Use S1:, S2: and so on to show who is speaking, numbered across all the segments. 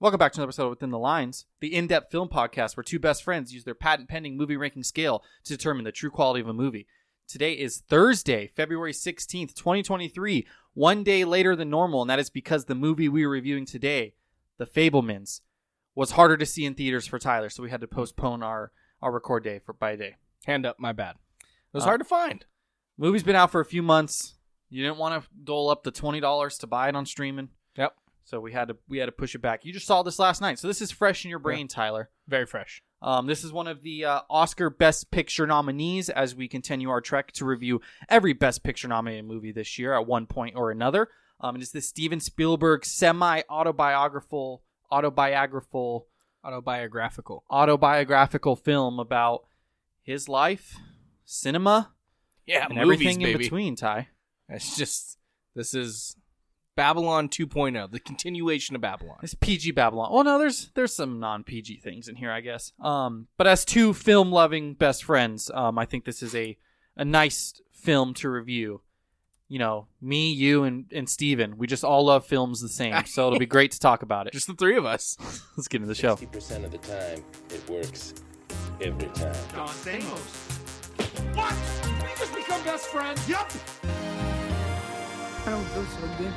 S1: Welcome back to another episode of Within the Lines, the in depth film podcast where two best friends use their patent pending movie ranking scale to determine the true quality of a movie. Today is Thursday, February 16th, 2023, one day later than normal, and that is because the movie we are reviewing today, The Fablemans, was harder to see in theaters for Tyler, so we had to postpone our, our record day for by a day.
S2: Hand up, my bad. It was
S1: Uh,
S2: hard to find.
S1: Movie's been out for a few months. You didn't want to dole up the $20 to buy it on streaming,
S2: Yep.
S1: so we had to we had to push it back. You just saw this last night, so this is fresh in your brain, Tyler.
S2: Very fresh.
S1: Um, this is one of the uh, Oscar Best Picture nominees as we continue our trek to review every Best Picture nominated movie this year at one point or another. Um, it is the Steven Spielberg semi autobiographical, autobiographical,
S2: Autobiographical.
S1: autobiographical film about his life, cinema,
S2: Yeah,
S1: and
S2: movies,
S1: everything in
S2: baby.
S1: between. Ty,
S2: It's just this is Babylon 2.0, the continuation of Babylon.
S1: it's PG Babylon. Well, no, there's there's some non PG things in here, I guess. Um, but as two film loving best friends, um, I think this is a a nice film to review. You know, me, you, and and Steven, we just all love films the same, so it'll be great to talk about it.
S2: Just the three of us.
S1: Let's get into the show.
S3: 50% of the time, it works every time.
S4: What? We just become best friends? Yup! I don't feel so good.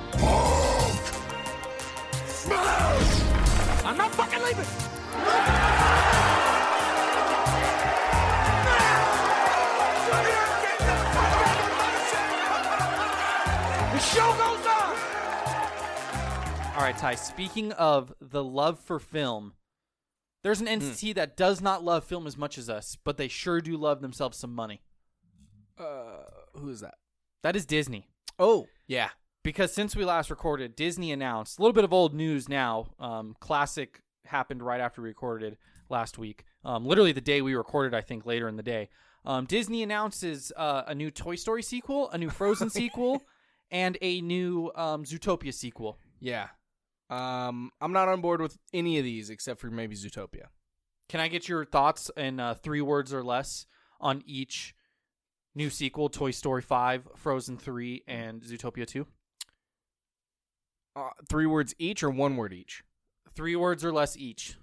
S4: Smash! I'm not fucking leaving! The show goes on!
S1: All right, Ty. Speaking of the love for film, there's an entity that does not love film as much as us, but they sure do love themselves some money.
S2: Uh, who is that?
S1: That is Disney.
S2: Oh, yeah.
S1: because since we last recorded, Disney announced a little bit of old news now. Um, classic happened right after we recorded last week. Um, literally the day we recorded, I think later in the day. Um, Disney announces uh, a new Toy Story sequel, a new Frozen sequel, and a new um, Zootopia sequel.
S2: Yeah. Um, I'm not on board with any of these except for maybe Zootopia.
S1: Can I get your thoughts in uh, three words or less on each new sequel: Toy Story Five, Frozen Three, and Zootopia Two?
S2: Uh, three words each or one word each?
S1: Three words or less each,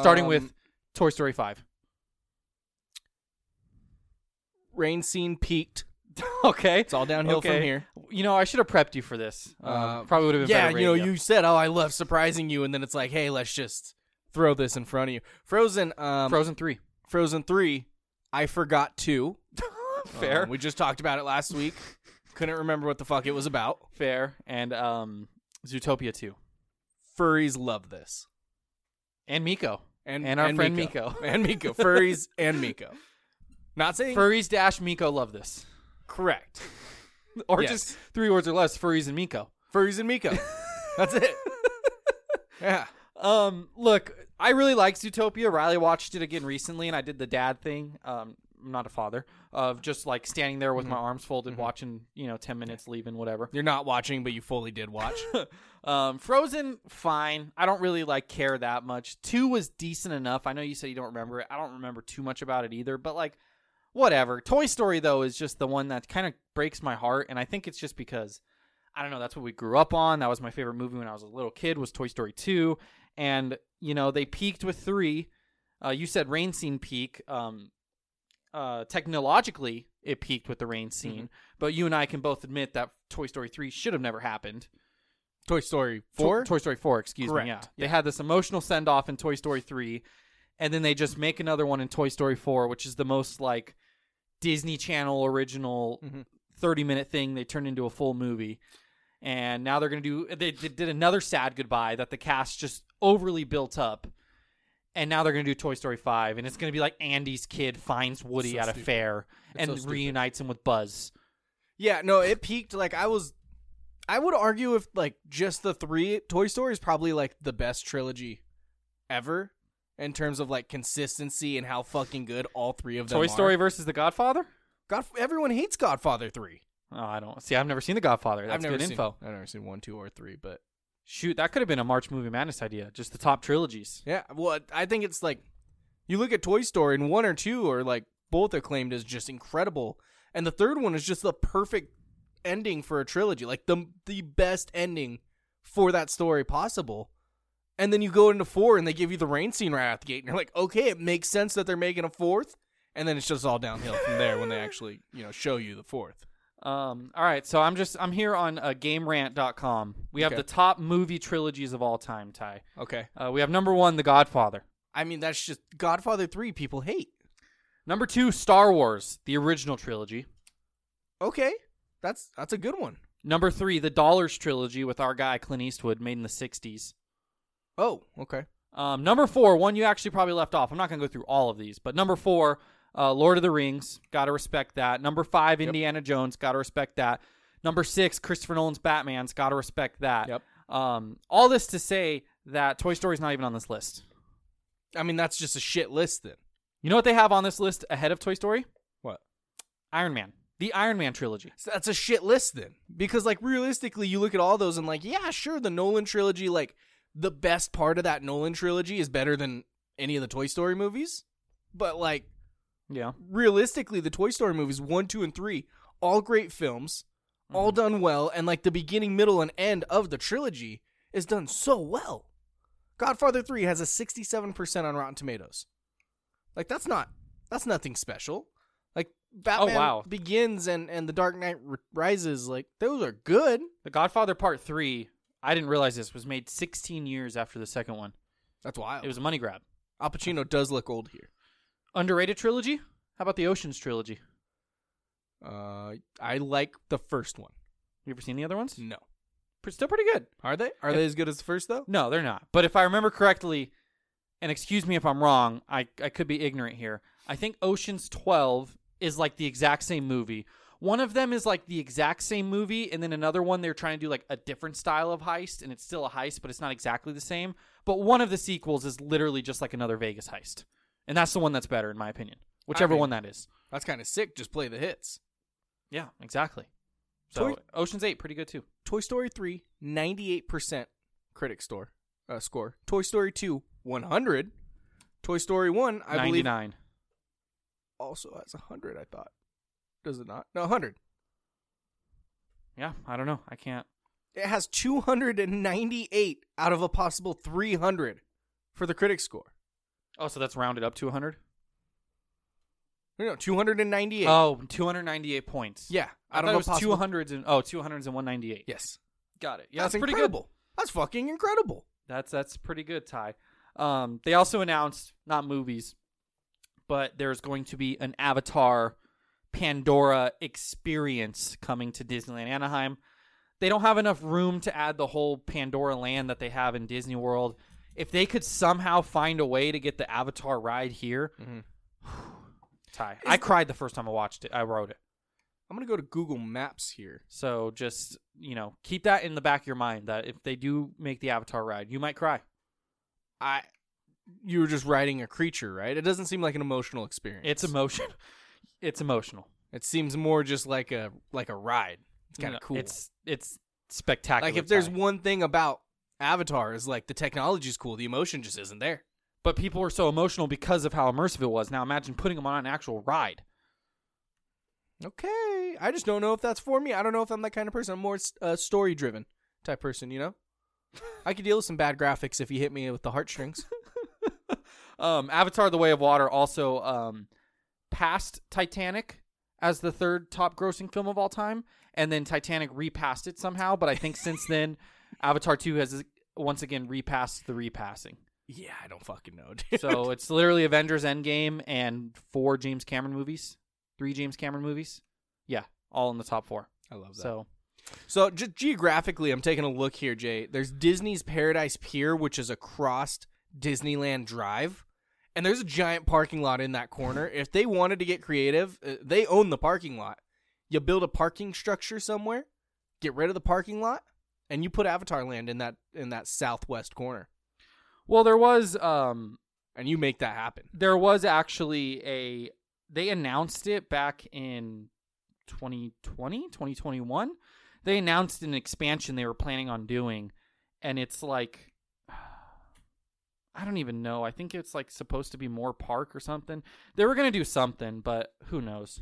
S1: starting
S2: Um,
S1: with Toy Story Five.
S2: rain scene peaked.
S1: okay.
S2: It's all downhill from here.
S1: You know, I should have prepped you for this. Um,
S2: Uh,
S1: probably would have been
S2: yeah,
S1: better
S2: you know,
S1: radio.
S2: you said, "Oh, I love surprising you," and then it's like, "Hey, let's just throw this in front of you." Frozen, um,
S1: Frozen 3.
S2: Frozen three. I forgot two.
S1: Fair.
S2: Um, we just talked about it last week. Couldn't remember what the fuck it was about.
S1: Fair. And um, Zootopia 2.
S2: Furries love this,
S1: And Miko.
S2: and
S1: and our friend
S2: Miko.
S1: Miko.
S2: and Miko furries and Miko. Not saying
S1: Furries dash Miko love this.
S2: correct.
S1: Or
S2: Yes.
S1: just three words or less, furries and Miko.
S2: Furries and Miko. That's it. Yeah.
S1: Um, look, I really like Zootopia. Riley watched it again recently, and I did the dad thing. Um, I'm not a father of just like standing there with
S2: Mm-hmm.
S1: my arms folded, watching you know ten minutes, leaving whatever.
S2: You're not watching, but you fully did watch.
S1: Um, Frozen, fine. I don't really like care that much. Two was decent enough. I know you said you don't remember it. I don't remember too much about it either, but like, whatever. Toy Story though is just the one that kind of breaks my heart, and I think it's just because I don't know. That's what we grew up on. That was my favorite movie when I was a little kid. Was Toy Story two, and you know they peaked with three. Uh, you said rain scene peak. Um, uh, technologically, it peaked with the rain
S2: Mm-hmm.
S1: scene, but you and I can both admit that Toy Story three should have never happened.
S2: Toy Story
S1: Toy-
S2: four.
S1: Toy Story 4, excuse
S2: Correct.
S1: me. Yeah. They had this emotional send off in Toy Story 3, and then they just make another one in Toy Story 4, which is the most like Disney Channel original
S2: Mm-hmm.
S1: 30 minute thing they turned into a full movie. And now they're going to do, they, they did another sad goodbye that the cast just overly built up. And now they're going to do Toy Story 5, and it's going to be like Andy's kid finds Woody
S2: So
S1: at a
S2: stupid.
S1: fair
S2: so
S1: and
S2: stupid.
S1: reunites him with Buzz.
S2: Yeah, no, it peaked. Like I was, I would argue if like just the three Toy Story is probably like the best trilogy ever in terms of like consistency and how fucking good all three of them.
S1: Toy
S2: are.
S1: Story versus The Godfather?
S2: God, everyone hates Godfather three.
S1: Oh, I don't see. I've never seen The Godfather. That's
S2: I've never
S1: good
S2: seen,
S1: info.
S2: I've never seen one, two, or three, but
S1: Shoot, that could have been a March Movie Madness idea. Just the top trilogies.
S2: yeah. Well, I think it's like you look at Toy Story and one or two are like both acclaimed as just incredible, and the third one is just the perfect ending for a trilogy, like the the best ending for that story possible. And then you go into four, and they give you the rain scene right out the gate, and you're like, okay, it makes sense that they're making a fourth, and then it's just all downhill from there when they actually you know show you the fourth.
S1: Um, all right, so I'm just I'm here on uh, GameRant.com. We have
S2: Okay.
S1: the top movie trilogies of all time, Ty.
S2: Okay,
S1: Uh, we have number one, The Godfather.
S2: I mean that's just Godfather three people hate.
S1: Number two, Star Wars, the original trilogy.
S2: Okay, that's that's a good one.
S1: Number three, the Dollars trilogy with our guy Clint Eastwood, made in the '60s.
S2: Oh, okay.
S1: Um, number four, one you actually probably left off. I'm not going to go through all of these, but number four, uh, Lord of the Rings, got to respect that. Number five, Indiana Jones, got to respect that. Number six, Christopher Nolan's Batman's, got to respect that.
S2: Yep.
S1: Um, all this to say that Toy Story's not even on this list.
S2: I mean, that's just a shit list then.
S1: You know what they have on this list ahead of Toy Story?
S2: What?
S1: Iron Man, the Iron Man trilogy.
S2: that's a shit list then. Because like realistically, you look at all those and like, yeah, sure, the Nolan trilogy, like the best part of that Nolan trilogy is better than any of the Toy Story movies. But like
S1: Yeah.
S2: realistically, the Toy Story movies one, two, and three, all great films,
S1: Mm-hmm.
S2: all done well, and like the beginning, middle, and end of the trilogy is done so well. Godfather three has a sixty-seven percent on Rotten Tomatoes. Like that's not that's nothing special. Like Batman
S1: Oh, wow.
S2: Begins and and The Dark Knight R- Rises, like those are good.
S1: The Godfather Part Three. I didn't realize this was made 16 years after the second one.
S2: That's wild.
S1: It was a money grab.
S2: Al Pacino does look old here.
S1: Underrated trilogy? How about the Ocean's trilogy?
S2: Uh, I like the first one.
S1: You ever seen the other ones?
S2: No,
S1: Pre- Still pretty good.
S2: are they are they as good as the first though?
S1: No, they're not. But if I remember correctly, and excuse me if I'm wrong, I, I could be ignorant here. I think Ocean's 12 is like the exact same movie. One of them is like the exact same movie, and then another one they're trying to do like a different style of heist, and it's still a heist, but it's not exactly the same. But one of the sequels is literally just like another Vegas heist. And that's the one that's better, in my opinion. Whichever
S2: mean-
S1: one that is.
S2: That's kind of sick. Just play the hits.
S1: Yeah, exactly. So
S2: Toy-
S1: Ocean's 8, pretty good too.
S2: Toy Story 3, 98% critic store, uh, score. Toy Story 2, 100. Toy Story 1, I believe
S1: 99.
S2: also has 100, I thought. Does it not? No, 100.
S1: Yeah, I don't know. I can't.
S2: It has 298 out of a possible 300 for the critic score.
S1: Oh, so that's rounded up to 100?
S2: No, no, 298.
S1: Oh, 298 points.
S2: yeah,
S1: I thought
S2: out of
S1: it
S2: a
S1: was
S2: possible
S1: 200s and oh, 200s and 198.
S2: Yes.
S1: Got it. Yeah,
S2: that's
S1: that's pretty
S2: incredible. That's fucking incredible.
S1: good. That's that's pretty good, Ty. Um, they also announced not movies, but there's going to be an Avatar Pandora experience coming to Disneyland Anaheim. They don't have enough room to add the whole Pandora land that they have in Disney World. If they could somehow find a way to get the Avatar ride here, Ty, I cried the first time I watched it. I wrote it.
S2: I'm going to go to Google Maps here.
S1: So just you know, keep that in the back of your mind that if they do make the Avatar ride, you might cry.
S2: I you were just riding a creature, right? It doesn't seem like an emotional experience.
S1: It's emotion. It's emotional.
S2: It seems more just like a like a ride. It's kind
S1: No,
S2: of cool.
S1: It's it's spectacular.
S2: like if there's
S1: Ty.
S2: one thing about Avatar is like the technology's cool, the emotion just isn't there.
S1: but people were so emotional because of how immersive it was. Now imagine putting them on an actual ride.
S2: Okay, I just don't know if that's for me. I don't know if I'm that kind of person. I'm more uh, story driven type person, you know. I could deal with some bad graphics if you hit me with the heartstrings.
S1: Um, Avatar: The Way of Water also um, passed Titanic as the third top-grossing film of all time, and then Titanic repassed it somehow. But I think since then, Avatar Two has uh, once again repassed the repassing.
S2: yeah, I don't fucking know. Dude.
S1: So it's literally Avengers: Endgame and four James Cameron movies, three James Cameron movies. Yeah, all in the top four.
S2: I love that.
S1: So
S2: So just geographically, I'm taking a look here, Jay. There's Disney's Paradise Pier, which is across Disneyland Drive, and there's a giant parking lot in that corner. If they wanted to get creative, uh, they own the parking lot. You build a parking structure somewhere, get rid of the parking lot, and you put Avatar Land in that in that southwest corner,
S1: well, there was um,
S2: and you make that happen.
S1: there was actually a they announced it back in 2020 2021 they announced an expansion they were planning on doing and it's like i don't even know i think it's like supposed to be more park or something they were going to do something but who knows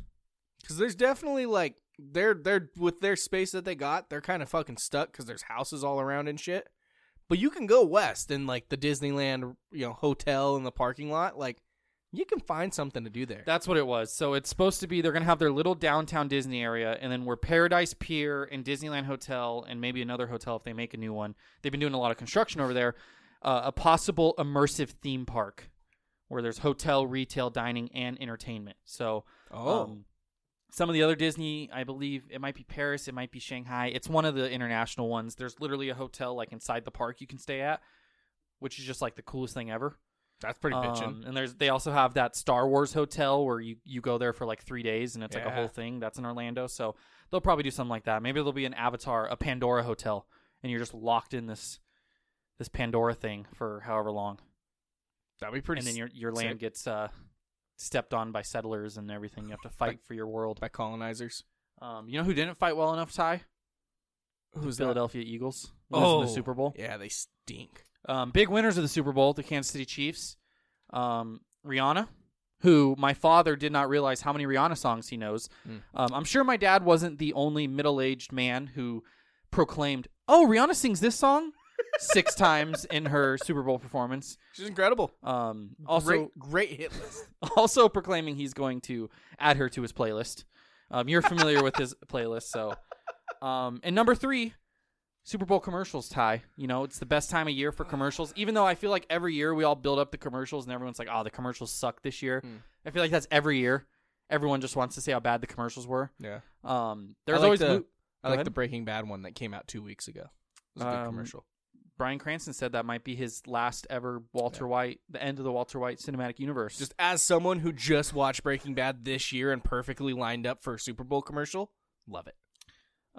S2: Because there's definitely like they're they're with their space that they got, they're kind of fucking stuck because there's houses all around and shit. But you can go west in like the Disneyland, you know, hotel and the parking lot. Like you can find something to do there.
S1: That's what it was. So it's supposed to be they're gonna have their little downtown Disney area, and then where Paradise Pier and Disneyland Hotel, and maybe another hotel if they make a new one. They've been doing a lot of construction over there. Uh, a possible immersive theme park where there's hotel, retail, dining, and entertainment. So
S2: oh,
S1: um, some of the other Disney, I believe it might be Paris, it might be Shanghai. It's one of the international ones. There's literally a hotel like inside the park you can stay at, which is just like the coolest thing ever.
S2: that's pretty bitchin'.
S1: Um, and there's they also have that Star Wars hotel where you, you go there for like three days and it's like a
S2: Yeah.
S1: whole thing. That's in Orlando, so they'll probably do something like that. Maybe there'll be an Avatar, a Pandora hotel, and you're just locked in this this Pandora thing for however long,
S2: That'd be pretty.
S1: and then
S2: s-
S1: your your land
S2: sick.
S1: gets uh, stepped on by settlers and everything. You have to fight for your world.
S2: by colonizers.
S1: Um, you know who didn't fight well enough, Ty?
S2: Who's
S1: the
S2: that?
S1: Philadelphia Eagles?
S2: Oh,
S1: losing the Super Bowl.
S2: Yeah, they stink.
S1: Um, big winners of the Super Bowl, the Kansas City Chiefs. Um, Rihanna, who my father did not realize how many Rihanna songs he knows. Um, I'm sure my dad wasn't the only middle aged man who proclaimed, Oh, Rihanna sings this song six times in her Super Bowl performance.
S2: She's incredible.
S1: Um, also,
S2: great, great hit list.
S1: also proclaiming he's going to add her to his playlist. Um, you're familiar with his playlist, so. Um, and number three, Super Bowl commercials. Ty, you know it's the best time of year for commercials. Even though I feel like every year we all build up the commercials, and everyone's like, "Oh, the commercials suck this year."
S2: Hmm.
S1: I feel like that's every year. Everyone just wants to say how bad the commercials were.
S2: yeah,
S1: Um, there's
S2: I like
S1: always
S2: the,
S1: mo-
S2: I
S1: Go
S2: like
S1: ahead.
S2: the Breaking Bad one that came out two weeks ago. It was a good
S1: Um,
S2: commercial.
S1: Brian Cranston said that might be his last ever Walter White, the end of the Walter White cinematic universe.
S2: Just as someone who just watched Breaking Bad this year and perfectly lined up for a Super Bowl commercial, love it.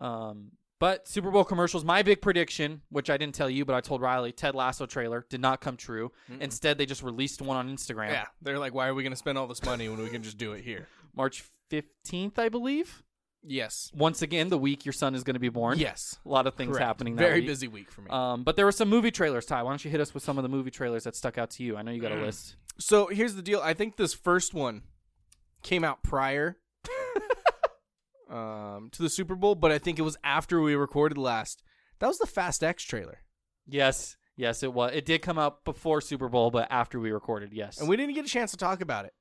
S1: Um, but Super Bowl commercials, my big prediction, which I didn't tell you, but I told Riley, Ted Lasso trailer did not come true. Instead, they just released one on Instagram,
S2: Yeah, they're like, why are we going to spend all this money when we can just do it here?
S1: March 15th, I believe.
S2: Yes,
S1: Once again, the week your son is going to be born.
S2: yes,
S1: A lot of things
S2: Correct.
S1: happening that
S2: Very
S1: week.
S2: busy week for me.
S1: Um, but there were some movie trailers, Ty. Why don't you hit us with some of the movie trailers that stuck out to you? I know you
S2: Mm.
S1: got a list.
S2: so here's the deal. I think this first one came out prior um, to the Super Bowl, but I think it was after we recorded last. That was the Fast X trailer,
S1: Yes, yes, it was. It did come out before Super Bowl, but after we recorded, yes.
S2: and we didn't get a chance to talk about it.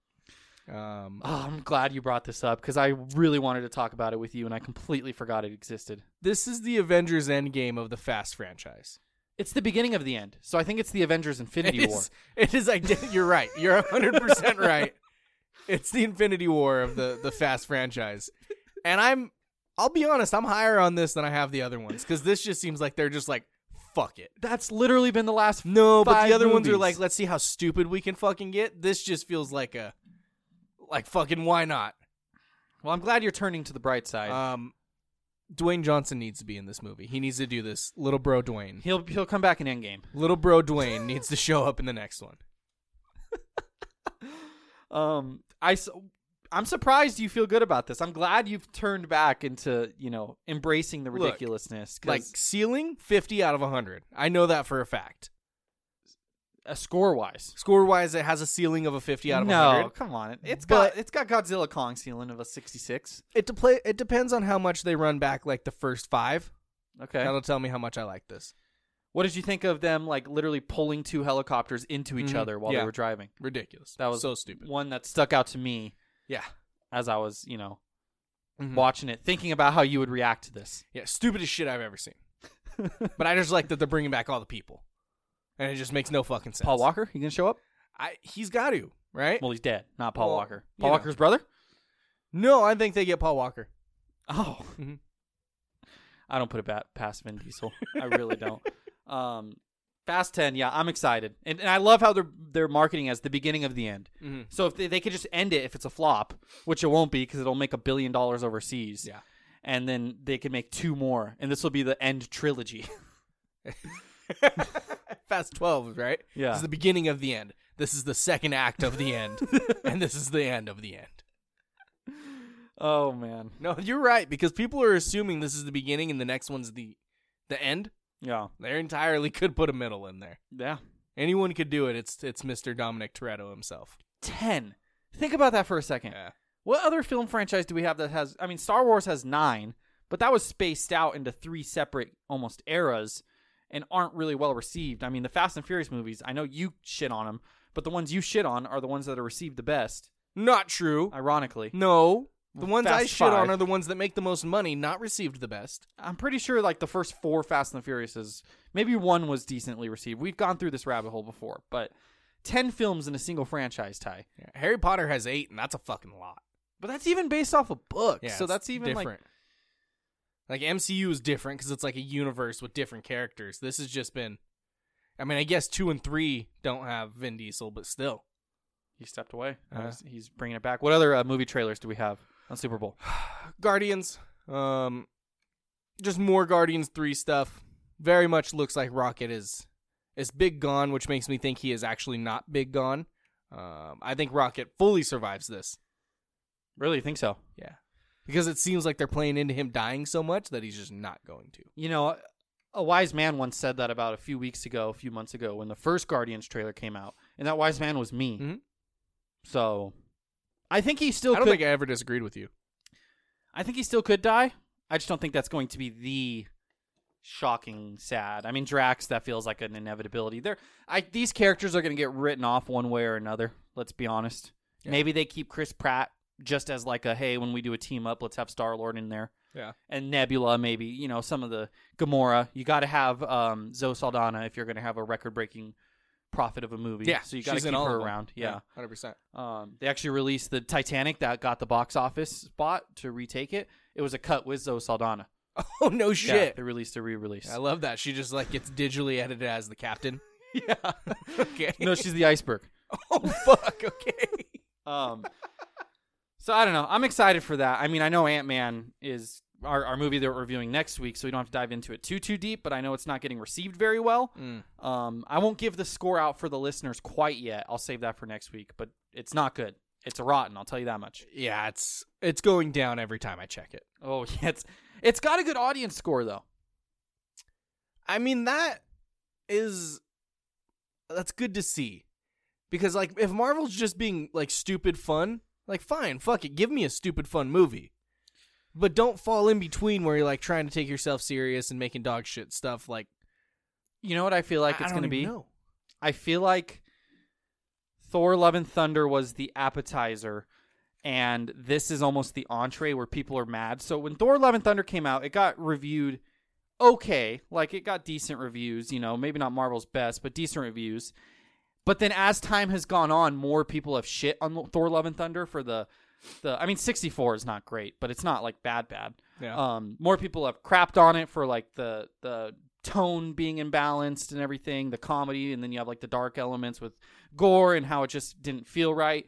S2: Um,
S1: Oh, I'm glad you brought this up because I really wanted to talk about it with you, and I completely forgot it existed.
S2: this is the Avengers Endgame of the Fast franchise.
S1: It's the beginning of the end. So I think it's the Avengers Infinity
S2: It
S1: War.
S2: is- It is ident- You're right. You're 100% right. It's the Infinity War of the the Fast franchise. And I'm I'll be honest, I'm higher on this than I have the other ones cuz this just seems like they're just like fuck it.
S1: That's literally been the last
S2: No, but
S1: five
S2: the other ones are
S1: movies.
S2: like let's see how stupid we can fucking get. This just feels like a like fucking why not?
S1: Well, I'm glad you're turning to the bright side.
S2: Um Dwayne Johnson needs to be in this movie. He needs to do this. Little bro Dwayne.
S1: he'll he'll come back in Endgame.
S2: Little bro Dwayne needs to show up in the next one.
S1: Um, I s- I'm surprised you feel good about this. I'm glad you've turned back into, you know, embracing the
S2: Look,
S1: ridiculousness. 'cause
S2: Like ceiling, fifty out of hundred. I know that for a fact.
S1: uh, score wise.
S2: Score wise, it has a ceiling of a fifty out of
S1: no,
S2: hundred.
S1: come on. It- It's
S2: But-
S1: got it's got Godzilla Kong ceiling of a 66.
S2: It de- play, It depends on how much they run back, like the first five.
S1: Okay.
S2: That'll tell me how much I like this.
S1: What did you think of them like literally pulling two helicopters into each
S2: Mhm.
S1: other while
S2: Yeah.
S1: they were driving?
S2: Ridiculous.
S1: That was
S2: so stupid.
S1: One that stuck out to me
S2: Yeah.
S1: as I was, you know,
S2: Mhm.
S1: watching it, thinking about how you would react to this.
S2: Yeah, stupidest shit I've ever seen. but I just like that they're bringing back all the people, and it just makes no fucking sense.
S1: Paul Walker, you gonna show up?
S2: I, he's got to right.
S1: Well, he's dead. Not Paul
S2: Well,
S1: Walker.
S2: you
S1: Paul
S2: know.
S1: Walker's brother?
S2: no, I think they get Paul Walker.
S1: Oh,
S2: Mhm.
S1: I don't put it ba- past Vin Diesel. I really don't. Um, Fast Ten, yeah, I'm excited, and, and I love how they're they're marketing as the beginning of the end.
S2: Mhm.
S1: So if they, they could just end it if it's a flop, which it won't be because it'll make a billion dollars overseas.
S2: Yeah.
S1: and then they can make two more, and this will be the end trilogy.
S2: Fast twelve, right?
S1: Yeah.
S2: This is the beginning of the end. This is the second act of the end, and this is the end of the end.
S1: oh man,
S2: No, you're right because people are assuming this is the beginning and the next one's the the end.
S1: yeah,
S2: They entirely could put a middle in there.
S1: yeah.
S2: Anyone could do it. It's it's Mr. Dominic Toretto himself.
S1: Ten. Think about that for a second.
S2: Yeah.
S1: What other film franchise do we have that has? I mean, Star Wars has nine, but that was spaced out into three separate almost eras, and aren't really well received. I mean, the Fast and Furious movies. I know you shit on them, but the ones you shit on are the ones that are received the best.
S2: Not true.
S1: Ironically,
S2: No. The
S1: Well,
S2: ones I
S1: Fast
S2: shit on
S1: Five.
S2: are the ones that make the most money, not received the best.
S1: I'm pretty sure like the first four Fast and the Furiouses, maybe one was decently received. We've gone through this rabbit hole before, but ten films in a single franchise tie.
S2: Harry Potter has eight, and that's a fucking lot.
S1: But that's even based off a book, so
S2: it's
S1: that's even like
S2: different. like MCU is different because it's like a universe with different characters. This has just been, I mean, I guess two and three don't have Vin Diesel, but still,
S1: He stepped away.
S2: Uh-huh.
S1: He's- He's bringing it back. What other uh, movie trailers do we have on Super Bowl?
S2: Guardians, um, just more Guardians three stuff. Very much looks like Rocket is is big gone, which makes me think he is actually not big gone. Um, I think Rocket fully survives this.
S1: Really think so?
S2: Yeah. Because it seems like they're playing into him dying so much that he's just not going to.
S1: You know, a wise man once said that about a few weeks ago, a few months ago, when the first Guardians trailer came out, and that wise man was me.
S2: Mhm.
S1: So, Mm-hmm. I think he still.
S2: I don't
S1: could,
S2: think I ever disagreed with you.
S1: I think he still could die. I just don't think that's going to be the shocking sad. I mean, Drax that feels like an inevitability. There, I these characters are going to get written off one way or another. Let's be honest.
S2: Yeah.
S1: Maybe they keep Chris Pratt just as like a hey, when we do a team up, let's have Star Lord in there.
S2: Yeah.
S1: and Nebula, maybe you know some of the Gamora. You got to have um, Zoe Saldana if you're going to have a record breaking profit of a movie.
S2: Yeah.
S1: so you got to
S2: she's in
S1: keep
S2: all
S1: her
S2: of them.
S1: around. Yeah.
S2: 100%.
S1: Um, they actually released the Titanic that got the box office spot to retake it. It was a cut with Zoe Saldana.
S2: Oh, no
S1: Yeah,
S2: shit.
S1: they released a re-release.
S2: I love that. She just like gets digitally edited as the captain.
S1: yeah.
S2: Okay.
S1: no, she's the iceberg.
S2: oh, fuck. Okay.
S1: Um, so I don't know. I'm excited for that. I mean, I know Ant Man is our, our movie that we're reviewing next week, so we don't have to dive into it too too deep. But I know it's not getting received very well. Um, I won't give the score out for the listeners quite yet. I'll save that for next week. But it's not good. It's rotten. I'll tell you that much.
S2: Yeah, it's it's going down every time I check it.
S1: Oh yeah, it's it's got a good audience score though.
S2: I mean, that is that's good to see. Because like if Marvel's just being like stupid fun, like fine, fuck it, give me a stupid fun movie. But don't fall in between where you're like trying to take yourself serious and making dog shit stuff like
S1: You know what I feel like
S2: I
S1: it's
S2: don't
S1: going to
S2: even
S1: be?
S2: know.
S1: I feel like Thor Love and Thunder was the appetizer and this is almost the entree where people are mad. So when Thor Love and Thunder came out, it got reviewed okay, like it got decent reviews, you know, maybe not Marvel's best, but decent reviews. But then as time has gone on, more people have shit on Thor Love and Thunder for the the I mean 64 is not great, but it's not like bad bad.
S2: Yeah.
S1: Um more people have crapped on it for like the the tone being imbalanced and everything, the comedy and then you have like the dark elements with gore and how it just didn't feel right.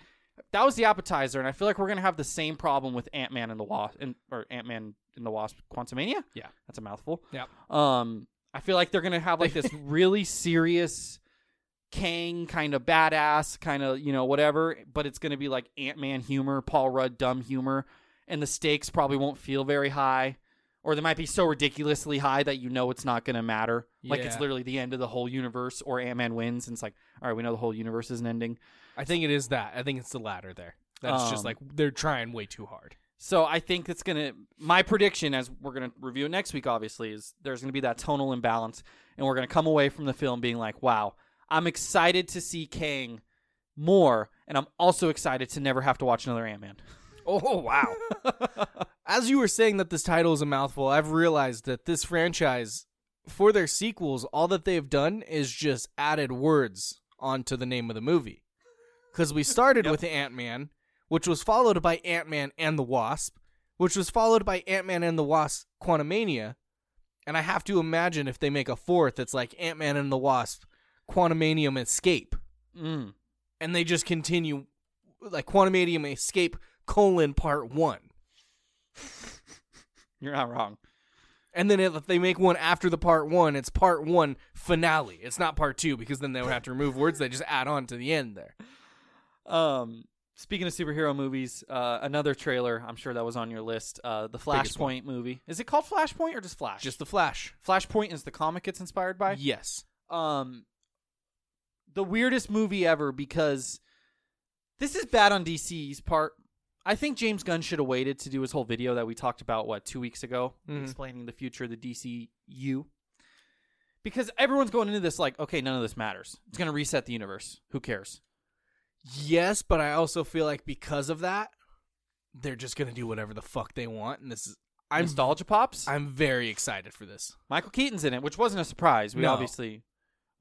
S1: That was the appetizer and I feel like we're going to have the same problem with Ant-Man and the Wasp and or Ant-Man and the Wasp Quantumania.
S2: Yeah.
S1: That's a mouthful.
S2: Yep.
S1: Um, I feel like they're gonna have like this really serious Kang kind of badass, kind of, you know, whatever, but it's going to be like Ant Man humor, Paul Rudd dumb humor, and the stakes probably won't feel very high, or they might be so ridiculously high that you know it's not going to matter. Like it's
S2: Yeah.
S1: literally the end of the whole universe, or Ant Man wins, and it's like, all right, we know the whole universe isn't ending.
S2: I think it is that. I think it's the latter there. That's
S1: Um,
S2: just like they're trying way too hard.
S1: So I think it's gonna. My prediction, as we're gonna review it next week, obviously, is there's gonna be that tonal imbalance, and we're gonna come away from the film being like, "Wow, I'm excited to see Kang more, and I'm also excited to never have to watch another Ant Man."
S2: Oh wow! As you were saying that this title is a mouthful, I've realized that this franchise, for their sequels, all that they've done is just added words onto the name of the movie. Because we started with Ant Man, which was followed by Ant Man and the Wasp, which was followed by Ant Man and the Wasp: Quantumania, and I have to imagine if they make a fourth, it's like Ant Man and the Wasp: Quantumanium Escape
S1: Mm.
S2: and they just continue like Quantumanium Escape colon part one.
S1: You're not wrong.
S2: And then if they make one after the part one, it's part one finale. It's not part two because then they would have to remove words. They just add on to the end there.
S1: Um, speaking of superhero movies, uh, another trailer. I'm sure that was on your list. Uh, the Flashpoint movie. Is it called Flashpoint or just Flash?
S2: Just the Flash.
S1: Flashpoint is the comic it's inspired by.
S2: Yes.
S1: um the weirdest movie ever because this is bad on DC's part. I think James Gunn should have waited to do his whole video that we talked about what 2 weeks ago
S2: Mhm.
S1: explaining the future of the DCU. Because everyone's going into this like, okay, none of this matters. It's going to reset the universe. Who cares?
S2: Yes, but I also feel like because of that, they're just gonna do whatever the fuck they want. And this is I'm
S1: nostalgia pops.
S2: I'm very excited for this.
S1: Michael Keaton's in it, which wasn't a surprise. We
S2: No.
S1: obviously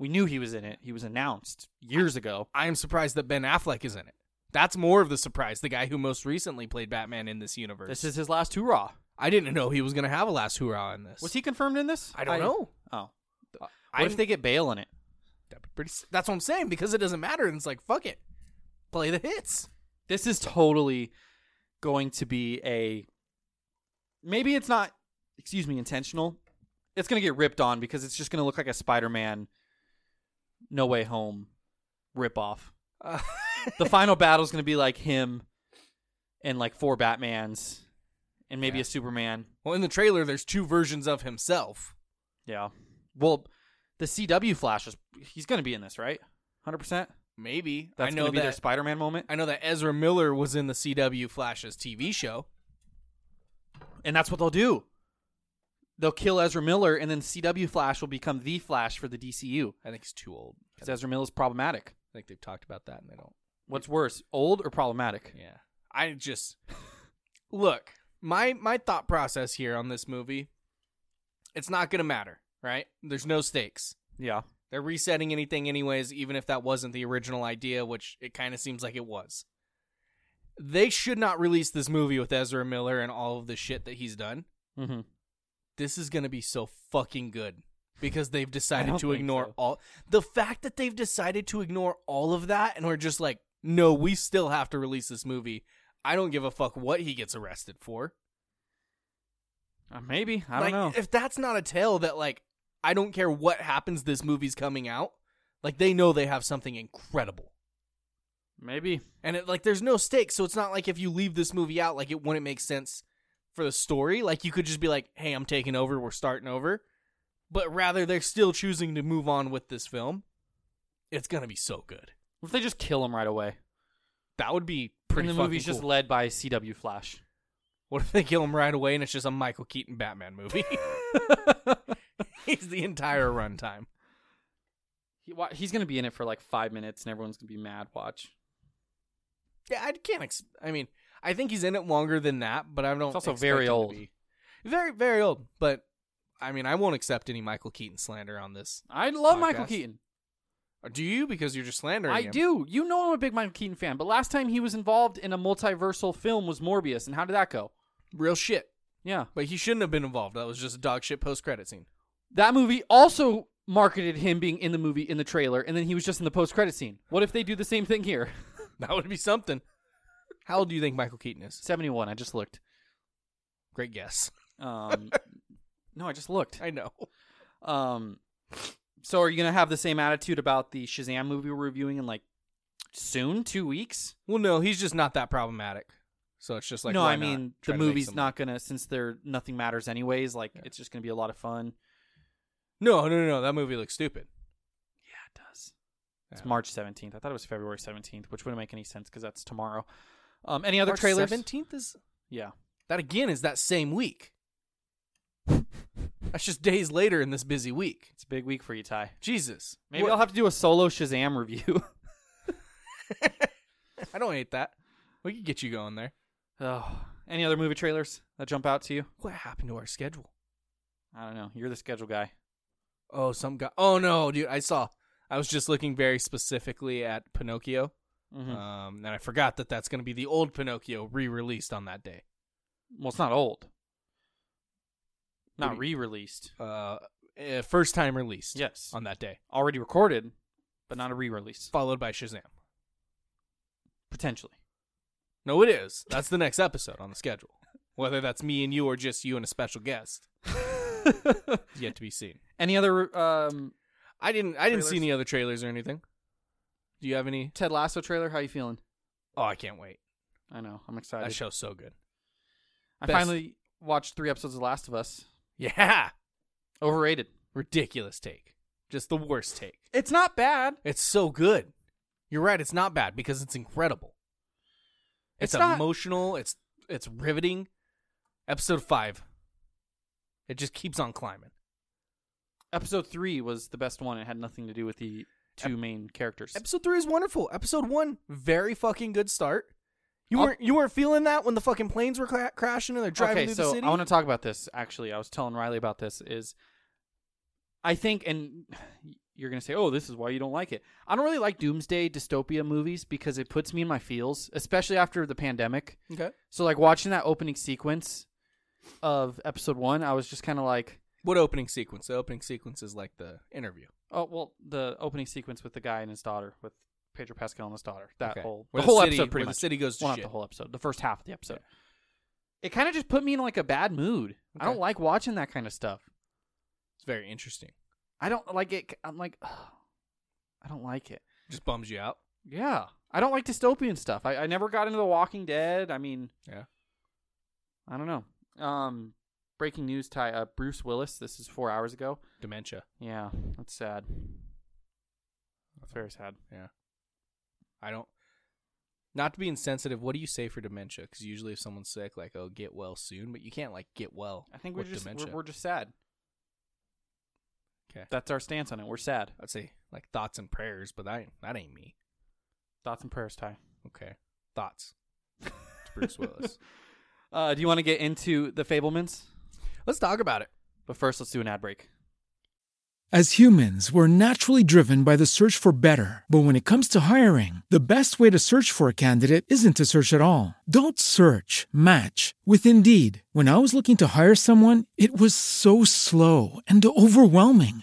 S1: we knew he was in it. He was announced years ago.
S2: I am surprised that Ben Affleck is in it. That's more of the surprise. The guy who most recently played Batman in this universe.
S1: This is his last hoorah.
S2: I didn't know he was gonna have a last hurrah in this.
S1: Was he confirmed in this?
S2: I don't know.
S1: Oh. What
S2: I'm-
S1: if they get bail in it?
S2: That'd be pretty. s- That's what I'm saying because it doesn't matter. And it's like fuck it, play the hits.
S1: This is totally going to be a. Maybe it's not, excuse me, intentional. It's going to get ripped on because it's just going to look like a Spider Man No Way Home ripoff.
S2: Uh,
S1: The final battle is going to be like him and like four Batmans and maybe a Superman.
S2: well, in the trailer, there's two versions of himself.
S1: Yeah. Well, the CW Flash is. He's going to be in this, right? 100%?
S2: Maybe
S1: That's going
S2: I know
S1: to be
S2: that.
S1: their Spider Man moment.
S2: I know that Ezra Miller was in the CW Flash's TV show.
S1: And that's what they'll do. They'll kill Ezra Miller, and then CW Flash will become the Flash for the DCU
S2: I think he's too old. I
S1: because Ezra Miller's problematic.
S2: think they've talked about that, and they don't.
S1: What's worse, old or problematic?
S2: Yeah, I just look my my thought process here on this movie. It's not gonna matter, right? There's no stakes.
S1: Yeah.
S2: They're resetting anything, anyways, even if that wasn't the original idea, which it kind of seems like it was. They should not release this movie with Ezra Miller and all of the shit that he's done.
S1: Mm-hmm.
S2: This is going to be so fucking good because they've decided
S1: don't
S2: to
S1: think
S2: ignore
S1: so.
S2: all the fact that they've decided to ignore all of that and we're just like, no, we still have to release this movie. I don't give a fuck what he gets arrested for.
S1: Uh, maybe I don't
S2: Like,
S1: know.
S2: If that's not a tale that like I don't care what happens, this movie's coming out. Like they know they have something incredible.
S1: maybe
S2: And it like there's no stakes, so it's not like if you leave this movie out, like it wouldn't make sense for the story. Like you could just be like, hey, I'm taking over, we're starting over. But rather they're still choosing to move on with this film. It's gonna be so good.
S1: if they just kill him right away,
S2: That would be
S1: and
S2: pretty
S1: the
S2: fucking
S1: movie's just
S2: cool.
S1: led by CW Flash.
S2: What if they kill him right away and it's just a Michael Keaton Batman movie? He's the entire runtime.
S1: He, wa- he's gonna be in it for like five minutes, and everyone's gonna be mad. Watch.
S2: Yeah, I can't. Ex- I mean, I think he's in it longer than that, but I don't.
S1: It's also
S2: expect
S1: very
S2: him to
S1: old.
S2: be- Very, very old. But I mean, I won't accept any Michael Keaton slander on this.
S1: I love Michael
S2: Podcast.
S1: Keaton.
S2: Or do you? Because you're just slandering.
S1: I
S2: him.
S1: do. You know I'm a big Michael Keaton fan, but last time he was involved in a multiversal film was Morbius, and how did that go?
S2: real shit.
S1: Yeah.
S2: But he shouldn't have been involved. That was just a dog shit post credit scene.
S1: That movie also marketed him being in the movie in the trailer, and then he was just in the post credit scene. What if they do the same thing here?
S2: That would be something. How old do you think Michael Keaton is?
S1: Seventy one. I just looked.
S2: Great guess.
S1: Um, no, I just looked.
S2: I know.
S1: Um, So are you gonna have the same attitude about the Shazam movie we're reviewing in like soon, two weeks?
S2: Well, no, he's just not that problematic. So it's just like
S1: no,
S2: why
S1: I mean
S2: not
S1: the
S2: try to make
S1: movie's
S2: some-
S1: not gonna since there nothing matters anyways. Like it's just gonna be a lot of fun.
S2: No, no, no, no. That movie looks stupid.
S1: Yeah, it does. It's
S2: Yeah.
S1: March seventeenth. I thought it was February seventeenth, which wouldn't make any sense because that's tomorrow. Um, any other trailers?
S2: Seventeenth is
S1: Yeah,
S2: that again is that same week. That's just days later in this busy week.
S1: it's a big week for you, Ty.
S2: Jesus,
S1: Maybe
S2: What-
S1: I'll have to do a solo Shazam review.
S2: I don't hate that. We could get you going there.
S1: oh, any other movie trailers that jump out to you?
S2: What happened to our schedule?
S1: I don't know. You're the schedule guy.
S2: Oh, some guy. Oh no, dude! I saw. I was just looking very specifically at Pinocchio,
S1: Mhm.
S2: um, and I forgot that that's going to be the old Pinocchio re-released on that day.
S1: well, it's not old.
S2: do
S1: Not
S2: you-
S1: re-released.
S2: Uh, eh, first time released.
S1: Yes.
S2: on that day,
S1: Already recorded, but not a re-release
S2: followed by Shazam.
S1: potentially.
S2: No, it is. That's the next episode on the schedule. Whether that's me and you or just you and a special guest, is yet to be seen.
S1: Any other um,
S2: I didn't. I didn't see
S1: Trailers?
S2: any other trailers or anything. Do you have any?
S1: Ted Lasso trailer? How you feeling?
S2: Oh, I can't wait.
S1: I know. I'm excited.
S2: That show's so good.
S1: I
S2: best.
S1: finally watched three episodes of Last of Us.
S2: Yeah,
S1: Overrated.
S2: ridiculous take. Just the worst take.
S1: It's not bad.
S2: It's so good. You're right. It's not bad because it's incredible. It's,
S1: It's not-
S2: emotional. It's it's riveting. Episode five. It just keeps on climbing.
S1: Episode three was the best one. It had nothing to do with the two main characters.
S2: Episode three is wonderful. Episode one, very fucking good start. You
S1: I'll-
S2: weren't you weren't feeling that when the fucking planes were cra- crashing and they're driving
S1: okay,
S2: through
S1: so
S2: the city.
S1: I want to talk about this. Actually, I was telling Riley about this. Is I think, and you're gonna say, "Oh, this is why you don't like it." I don't really like doomsday dystopia movies because it puts me in my feels, especially after the pandemic.
S2: okay.
S1: So, like watching that opening sequence of episode one, I was just kind of like,
S2: What opening sequence? The opening sequence is like the interview.
S1: "Oh, well, the opening sequence with the guy and his daughter, with Pedro Pascal and his daughter, that
S2: Okay.
S1: whole
S2: Where
S1: the whole
S2: city,
S1: episode, pretty
S2: where
S1: much.
S2: the city goes to
S1: well,
S2: shit.
S1: not the whole episode, the first half of the episode." It kind of just put me in like a bad mood. I
S2: Okay.
S1: don't like watching that kind of stuff.
S2: It's very interesting.
S1: I don't like it. I'm like, "Ugh, I don't like it.
S2: Just bums you out.
S1: Yeah, I don't like dystopian stuff. I, I never got into The Walking Dead. I mean,
S2: Yeah.
S1: I don't know. Um, breaking news: Ty, uh, Bruce Willis. This is four hours ago.
S2: Dementia.
S1: Yeah, that's sad. That's very sad.
S2: Yeah. I don't. Not to be insensitive, what do you say for dementia? Because usually, if someone's sick, like "oh, get well soon," but you can't like get well.
S1: I think we're
S2: with
S1: just
S2: dementia.
S1: we're, we're just sad.
S2: okay.
S1: That's our stance on it. We're sad.
S2: I'd say like thoughts and prayers, but that ain't- that ain't me.
S1: Thoughts and prayers, Ty.
S2: Okay, thoughts. to Bruce Willis.
S1: Uh, do you want to get into the Fablemans?
S2: Let's talk about it.
S1: But first, let's do an ad break.
S5: As humans, we're naturally driven by the search for better. But when it comes to hiring, the best way to search for a candidate isn't to search at all. Don't search, match with Indeed. When I was looking to hire someone, it was so slow and overwhelming.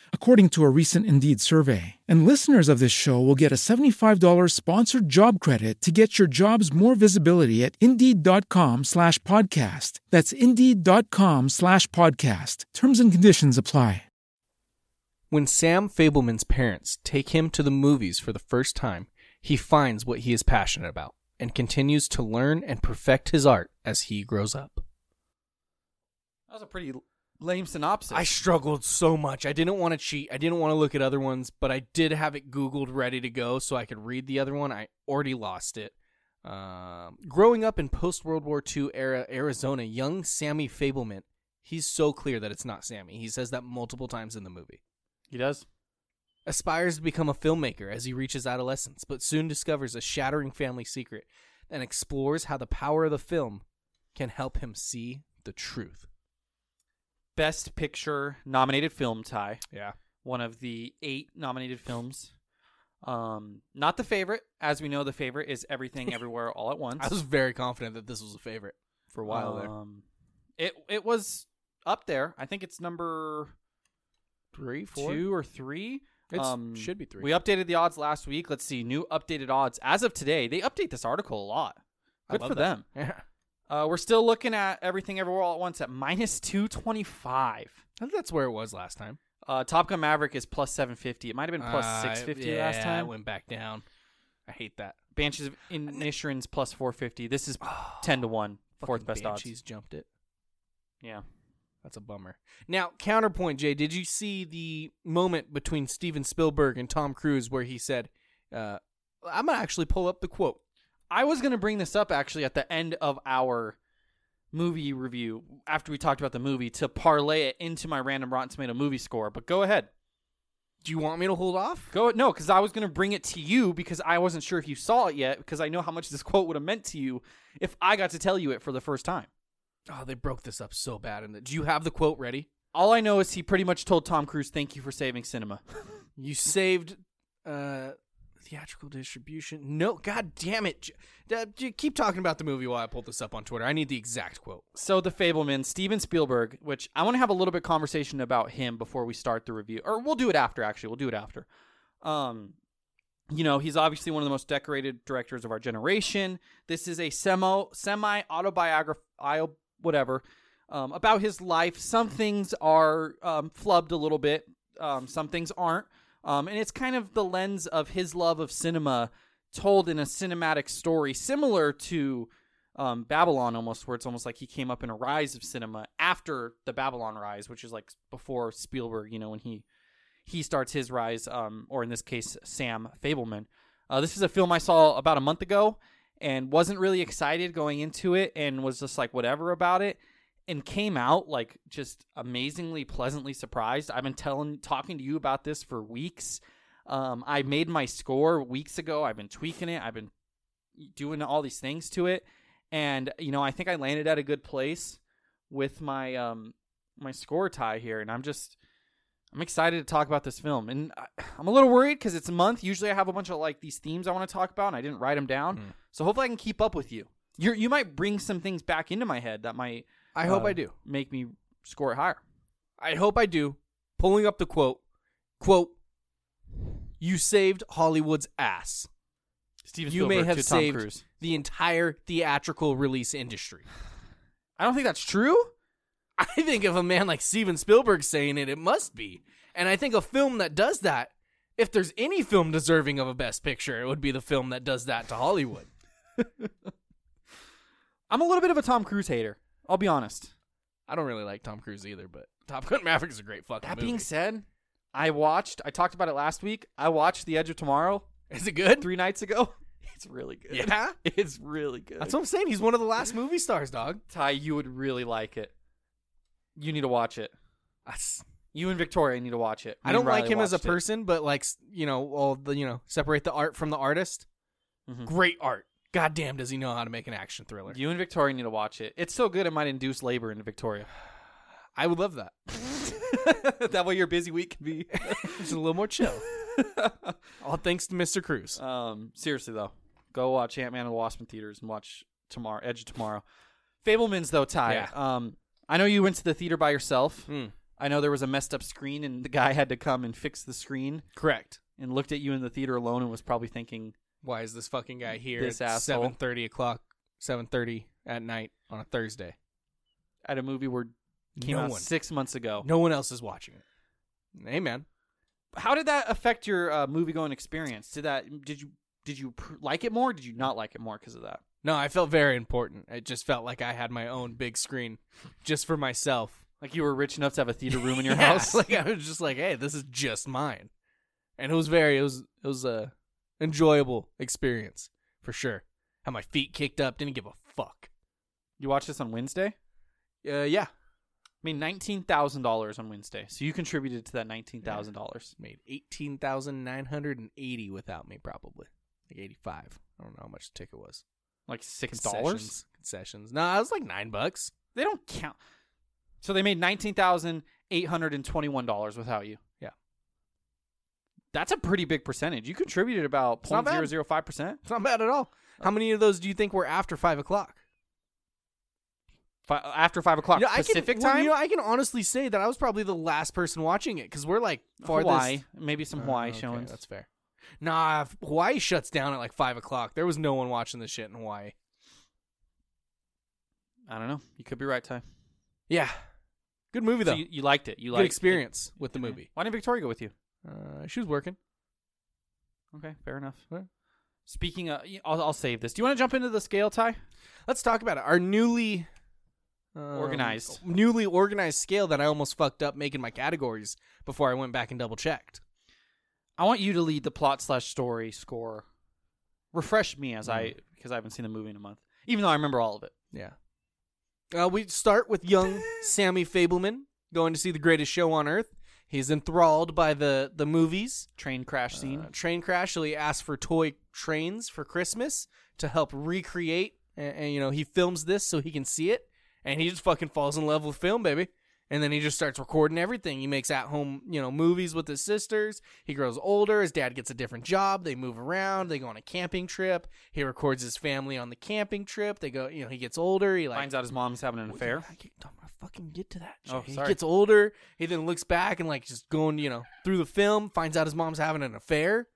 S5: according to a recent Indeed survey. And listeners of this show will get a $75 sponsored job credit to get your jobs more visibility at Indeed.com slash podcast. That's Indeed.com slash podcast. Terms and conditions apply.
S2: When Sam Fableman's parents take him to the movies for the first time, he finds what he is passionate about and continues to learn and perfect his art as he grows up.
S1: That was a pretty lame synopsis.
S2: I struggled so much. I didn't want to cheat. I didn't want to look at other ones, but I did have it Googled ready to go so I could read the other one. I already lost it. Um, growing up in post World War II era Arizona, young Sammy Fableman, he's so clear that it's not Sammy. He says that multiple times in the movie.
S1: he does.
S2: Aspires to become a filmmaker as he reaches adolescence, but soon discovers a shattering family secret and explores how the power of the film can help him see the truth.
S1: Best Picture nominated film tie
S2: Yeah.
S1: one of the eight nominated films. Um, not the favorite, as we know, the favorite is Everything Everywhere All at Once.
S2: I was very confident that this was a favorite for a while there.
S1: um, it it was up there. I think it's number
S2: Three,
S1: two or three. Um,
S2: It should be three.
S1: We updated the odds last week. Let's see new updated odds as of today. They update this article a lot.
S2: I
S1: Good
S2: love
S1: for
S2: that.
S1: them.
S2: Yeah.
S1: Uh, we're still looking at everything everywhere all at once at minus two twenty five.
S2: I think that's where it was last time.
S1: Uh, Top Gun Maverick is plus seven fifty. It might have been plus
S2: Uh,
S1: six fifty
S2: yeah,
S1: last
S2: It
S1: time.
S2: went back down. I hate that.
S1: Banshees of Inisherin's plus four fifty. This is ten to one. Fourth
S2: Fucking
S1: best
S2: Banshees
S1: odds.
S2: jumped it.
S1: Yeah.
S2: That's a bummer. Now, counterpoint, Jay, did you see the moment between Steven Spielberg and Tom Cruise where he said, uh, I'm going to actually pull up the quote.
S1: I was going to bring this up actually at the end of our movie review after we talked about the movie to parlay it into my random Rotten Tomato movie score. But go ahead.
S2: Do you want me to hold off?
S1: Go no, because I was going to bring it to you because I wasn't sure if you saw it yet because I know how much this quote would have meant to you if I got to tell you it for the first time.
S2: Oh, they broke this up so bad. And do you have the quote ready?
S1: All I know is he pretty much told Tom Cruise, "Thank you for saving cinema."
S2: You saved uh, theatrical distribution. No, god damn it. J- da- j- Keep talking about the movie while I pull this up on Twitter. I need the exact quote.
S1: so the Fableman, Steven Spielberg, which I want to have a little bit conversation about him before we start the review, or we'll do it after. Actually, we'll do it after. Um, you know, he's obviously one of the most decorated directors of our generation. This is a semi semi autobiographical, whatever, um, about his life. Some things are um, flubbed a little bit. Um, some things aren't, um, and it's kind of the lens of his love of cinema told in a cinematic story, similar to um, Babylon almost, where it's almost like he came up in a rise of cinema after the Babylon rise, which is like before Spielberg, you know, when he he starts his rise, um, or in this case, Sam Fableman. Uh, this is a film I saw about a month ago and wasn't really excited going into it and was just like whatever about it and came out like just amazingly pleasantly surprised. I've been telling talking to you about this for weeks. Um, I made my score weeks ago. I've been tweaking it. I've been doing all these things to it and you know i think i landed at a good place with my um my score tie here and i'm just i'm excited to talk about this film and I, i'm a little worried because it's a month usually i have a bunch of like these themes i want to talk about and i didn't write them down
S2: Hmm.
S1: so hopefully i can keep up with you you you might bring some things back into my head that might
S2: I hope
S1: uh,
S2: I do.
S1: make me score it higher
S2: I hope I do. Pulling up the quote. Quote You saved Hollywood's ass.
S1: steven
S2: you may have saved the entire theatrical release industry.
S1: i don't think that's true
S2: I think if a man like Steven Spielberg saying it, it must be. And I think a film that does that, if there's any film deserving of a best picture, it would be the film that does that to Hollywood.
S1: i'm a little bit of a tom cruise hater i'll be honest
S2: I don't really like Tom Cruise either, but Top Gun Maverick is a great fucking
S1: that
S2: movie.
S1: being said i watched i talked about it last week i watched the edge of tomorrow
S2: is it good?
S1: three nights ago. It's really good.
S2: Yeah?
S1: It's really good.
S2: That's what I'm saying. He's one of the last movie stars, dog.
S1: Ty, you would really like it. You need to watch it.
S2: That's-
S1: You and Victoria need to watch it. Me
S2: I
S1: and
S2: don't like
S1: Riley
S2: him as a
S1: watched it.
S2: person, but like s- you know, all the you know, separate the art from the artist.
S1: Mhm.
S2: Great art. Goddamn, does he know how to make an action thriller?
S1: You and Victoria need to watch it. It's so good it might induce labor into Victoria.
S2: I would love that.
S1: that way your busy week can be.
S2: It's a little more chill. all thanks to Mr. Cruz.
S1: um, seriously though, go watch Ant Man and the Wasp in theaters and watch tomorrow Edge of Tomorrow. Fablemans though, Ty.
S2: Yeah.
S1: Um, I know you went to the theater by yourself.
S2: Hmm.
S1: I know there was a messed up screen and the guy had to come and fix the screen.
S2: Correct.
S1: and looked at you in the theater alone and was probably thinking,
S2: Why is this fucking guy here
S1: This
S2: at
S1: asshole.
S2: seven thirty o'clock, seven thirty at night on a Thursday?
S1: at a movie where came
S2: no
S1: out
S2: one,
S1: six months ago.
S2: no one else is watching it. Hey man,
S1: How did that affect your uh, movie going experience? Did that did you did you pr- like it more? Or did you not like it more because of that?
S2: no, I felt very important. It just felt like I had my own big screen, just for myself.
S1: Like you were rich enough to have a theater room in your
S2: Yeah,
S1: house.
S2: like I was just like, hey, this is just mine, and it was very, it was, it was a enjoyable experience for sure. Had my feet kicked up, didn't give a fuck.
S1: you watched this on Wednesday. I
S2: Uh, yeah,
S1: mean, nineteen thousand dollars on Wednesday. So you contributed to that nineteen thousand dollars.
S2: made eighteen thousand nine hundred and eighty without me, probably like eighty five. I don't know how much the ticket was.
S1: Like six dollars.
S2: Concessions- Concessions. No, it was like nine bucks.
S1: They don't count. So they made nineteen thousand eight hundred and twenty-one dollars without you.
S2: Yeah.
S1: That's a pretty big percentage. You contributed about
S2: not bad.
S1: 0.005 percent.
S2: It's not bad at all. How many of those do you think were after five o'clock?
S1: After five o'clock
S2: You know, I can-
S1: Pacific
S2: well,
S1: time,
S2: you know, I can honestly say that I was probably the last person watching it because we're like farthest.
S1: Hawaii, maybe some Hawaii
S2: Oh, okay,
S1: showings.
S2: That's fair. Nah, if Hawaii shuts down at like five o'clock. There was no one watching this shit in Hawaii.
S1: I don't know. You could be right, Ty.
S2: Yeah, good movie though.
S1: So you, you liked it. You
S2: good
S1: liked
S2: experience with the
S1: it.
S2: movie.
S1: Why didn't Victoria go with you?
S2: Uh, she was working.
S1: Okay, fair enough.
S2: Yeah.
S1: Speaking of, I'll, I'll save this. Do you want to jump into the scale, Ty?
S2: Let's talk about it. Our newly um,
S1: Organized.
S2: newly organized scale that I almost fucked up making my categories before I went back and double checked.
S1: I want you to lead the plot slash story score. Refresh me as
S2: Mm.
S1: I because I haven't seen the movie in a month, even though I remember all of it.
S2: Yeah. Uh, we start with young Sammy Fableman going to see the greatest show on earth. He's enthralled by the the movies.
S1: Train crash scene.
S2: Uh, train crash. So he asks for toy trains for Christmas to help recreate. And, and you know he films this so he can see it, and he just fucking falls in love with film, baby. And then he just starts recording everything. He makes at home, you know, movies with his sisters. He grows older. His dad gets a different job. They move around. They go on a camping trip. He records his family on the camping trip. They go, you know, he gets older. He like
S1: Finds out his mom's having an affair.
S2: I can't, I'm gonna fucking get to that.
S1: Oh,
S2: he
S1: sorry.
S2: gets older. He then looks back and like just going, you know, through the film, finds out his mom's having an affair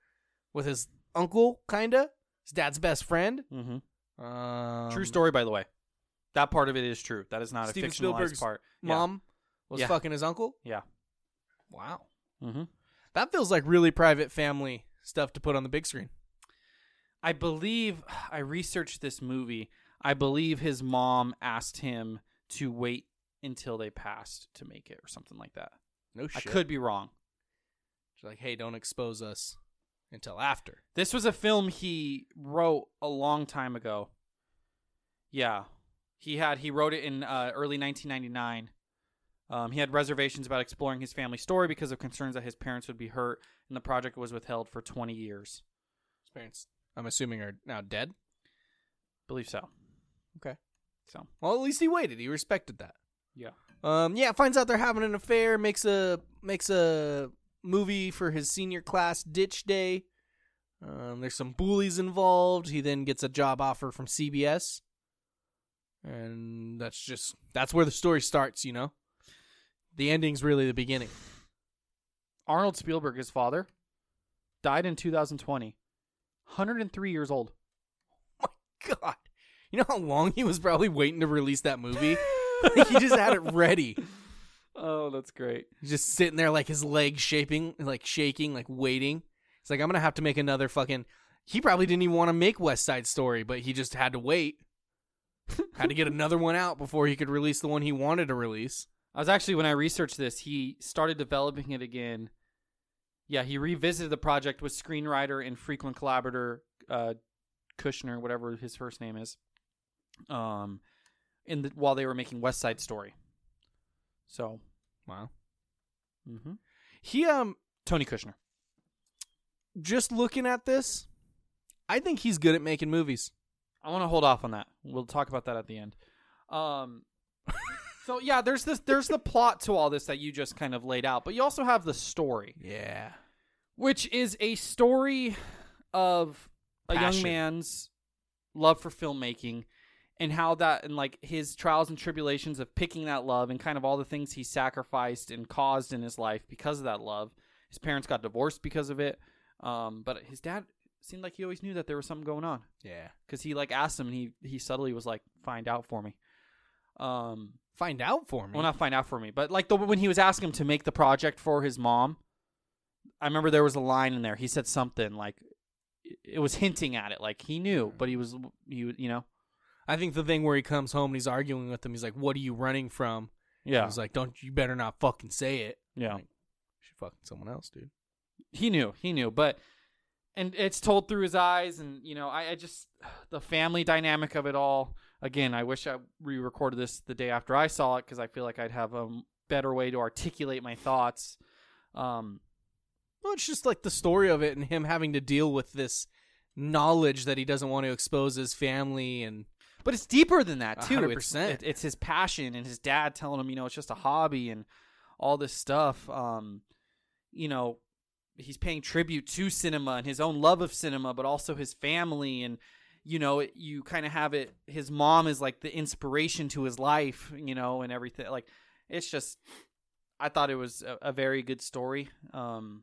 S2: with his uncle, kinda his dad's best friend.
S1: hmm
S2: Um,
S1: true story, by the way. That part of it is true. That is not
S2: Steven
S1: a fictionalized
S2: Spielberg's
S1: part. Yeah.
S2: Mom was
S1: Yeah.
S2: fucking his uncle.
S1: Yeah.
S2: Wow,
S1: Mm-hmm.
S2: that feels like really private family stuff to put on the big screen.
S1: I believe I researched this movie. I believe his mom asked him to wait until they passed to make it or something like that.
S2: No
S1: I could be wrong.
S2: She's like, hey, don't expose us until after.
S1: This was a film he wrote a long time ago. Yeah. He had he wrote it in uh, early 1999. Um, he had reservations about exploring his family story because of concerns that his parents would be hurt, and the project was withheld for 20 years.
S2: His parents, I'm assuming, are now dead.
S1: Believe so.
S2: Okay.
S1: So
S2: Well, at least he waited. He respected that.
S1: yeah,
S2: Um, yeah, finds out they're having an affair, makes a makes a movie for his senior class ditch day. Um, there's some bullies involved. He then gets a job offer from CBS, and that's just that's where the story starts. You know, the ending's really the beginning.
S1: Arnold Spielberg, his father, died in 2020, 103 years old.
S2: Oh God, you know how long he was probably waiting to release that movie. Like, he just had it ready.
S1: Oh, that's great.
S2: He's just sitting there like his legs shaping, like shaking, like waiting. It's like I'm gonna have to make another fucking. He probably didn't even want to make West Side Story, but he just had to wait, had to get another one out before he could release the one he wanted to release.
S1: I was actually when I researched this, he started developing it again. Yeah, he revisited the project with screenwriter and frequent collaborator uh, Kushner, whatever his first name is, um, in the, while they were making West Side Story. So,
S2: Wow.
S1: mm-hmm.
S2: He um
S1: Tony Kushner.
S2: just looking at this, I think he's good at making movies.
S1: I want to hold off on that. We'll talk about that at the end. Um, so yeah, there's this there's the plot to all this that you just kind of laid out, but you also have the story,
S2: Yeah.
S1: which is a story of a
S2: Passion.
S1: young man's love for filmmaking and how that and like his trials and tribulations of picking that love and kind of all the things he sacrificed and caused in his life because of that love. His parents got divorced because of it. Um, but his dad seemed like he always knew that there was something going on
S2: Yeah.
S1: because he like asked him and he he subtly was like find out for me um
S2: Find out for me.
S1: well not find out for me but like the when he was asking him to make the project for his mom i remember there was a line in there he said something like it- it was hinting at it like he knew but he was you you know
S2: I think the thing where he comes home and he's arguing with him, he's like, "What are you running from?"
S1: yeah
S2: He's like, "Don't you better not fucking say it."
S1: yeah
S2: She fucking someone else, dude.
S1: he knew he knew but and it's told through his eyes and you know i, I just the family dynamic of it all again i wish i re-recorded this the day after i saw it because i feel like i'd have a better way to articulate my thoughts um
S2: Well, it's just like the story of it and him having to deal with this knowledge that he doesn't want to expose his family and
S1: but it's deeper than that too It's,
S2: 100%.
S1: it- it's his passion and his dad telling him you know it's just a hobby and all this stuff um you know he's paying tribute to cinema and his own love of cinema, but also his family and you know it, you kind of have it. His mom is like the inspiration to his life, you know, and everything. Like it's just, I thought it was a, a very good story. Um,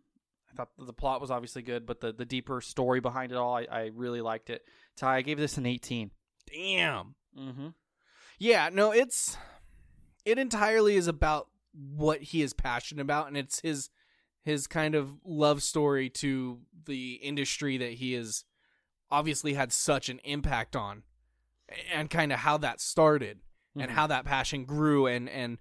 S1: I thought the plot was obviously good, but the the deeper story behind it all, I, I really liked it. Ty, I gave this an 18
S2: Damn.
S1: Mm-hmm.
S2: Yeah, no, it's it entirely is about what he is passionate about and it's his his kind of love story to the industry that he has obviously had such an impact on and kind of how that started and how that passion grew and and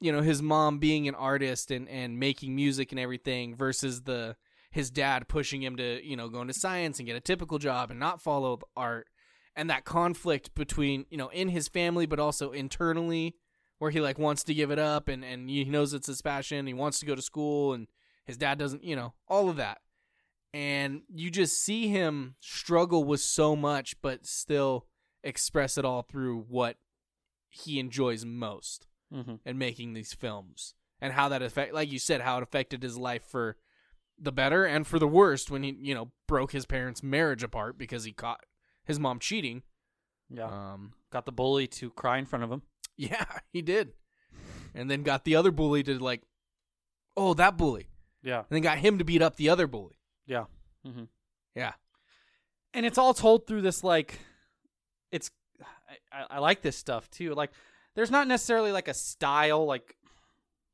S2: you know his mom being an artist and and making music and everything versus the his dad pushing him to you know go into science and get a typical job and not follow the art and that conflict between you know in his family but also internally where he like wants to give it up and and he knows it's his passion he wants to go to school and his dad doesn't you know all of that and you just see him struggle with so much but still express it all through what he enjoys most
S1: Mm-hmm.
S2: and making these films and how that affect like you said how it affected his life for the better and for the worst when he you know broke his parents marriage apart because he caught his mom cheating
S1: Yeah,
S2: um
S1: Uh, got the bully to cry in front of him.
S2: yeah he did and then got the other bully to like oh that bully
S1: Yeah,
S2: and then got him to beat up the other bully
S1: yeah. Mm-hmm.
S2: yeah
S1: and it's all told through this like it's I- I, I like this stuff too like there's not necessarily like a style like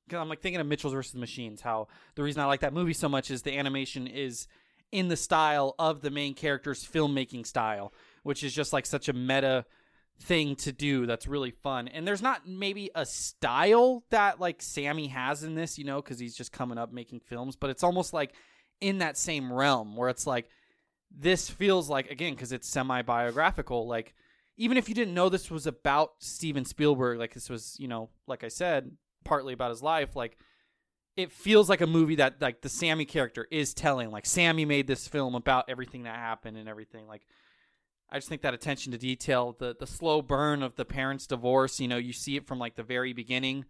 S1: cause i'm like thinking of mitchell's versus the machines how the reason i like that movie so much is the animation is in the style of the main character's filmmaking style which is just like such a meta thing to do that's really fun and there's not maybe a style that like sammy has in this you know because he's just coming up making films but it's almost like in that same realm where it's like this feels like again because it's semi biographical like even if you didn't know this was about steven spielberg like this was you know like i said partly about his life like it feels like a movie that like the sammy character is telling like sammy made this film about everything that happened and everything like i just think that attention to detail the the slow burn of the parents divorce you know you see it from like the very beginning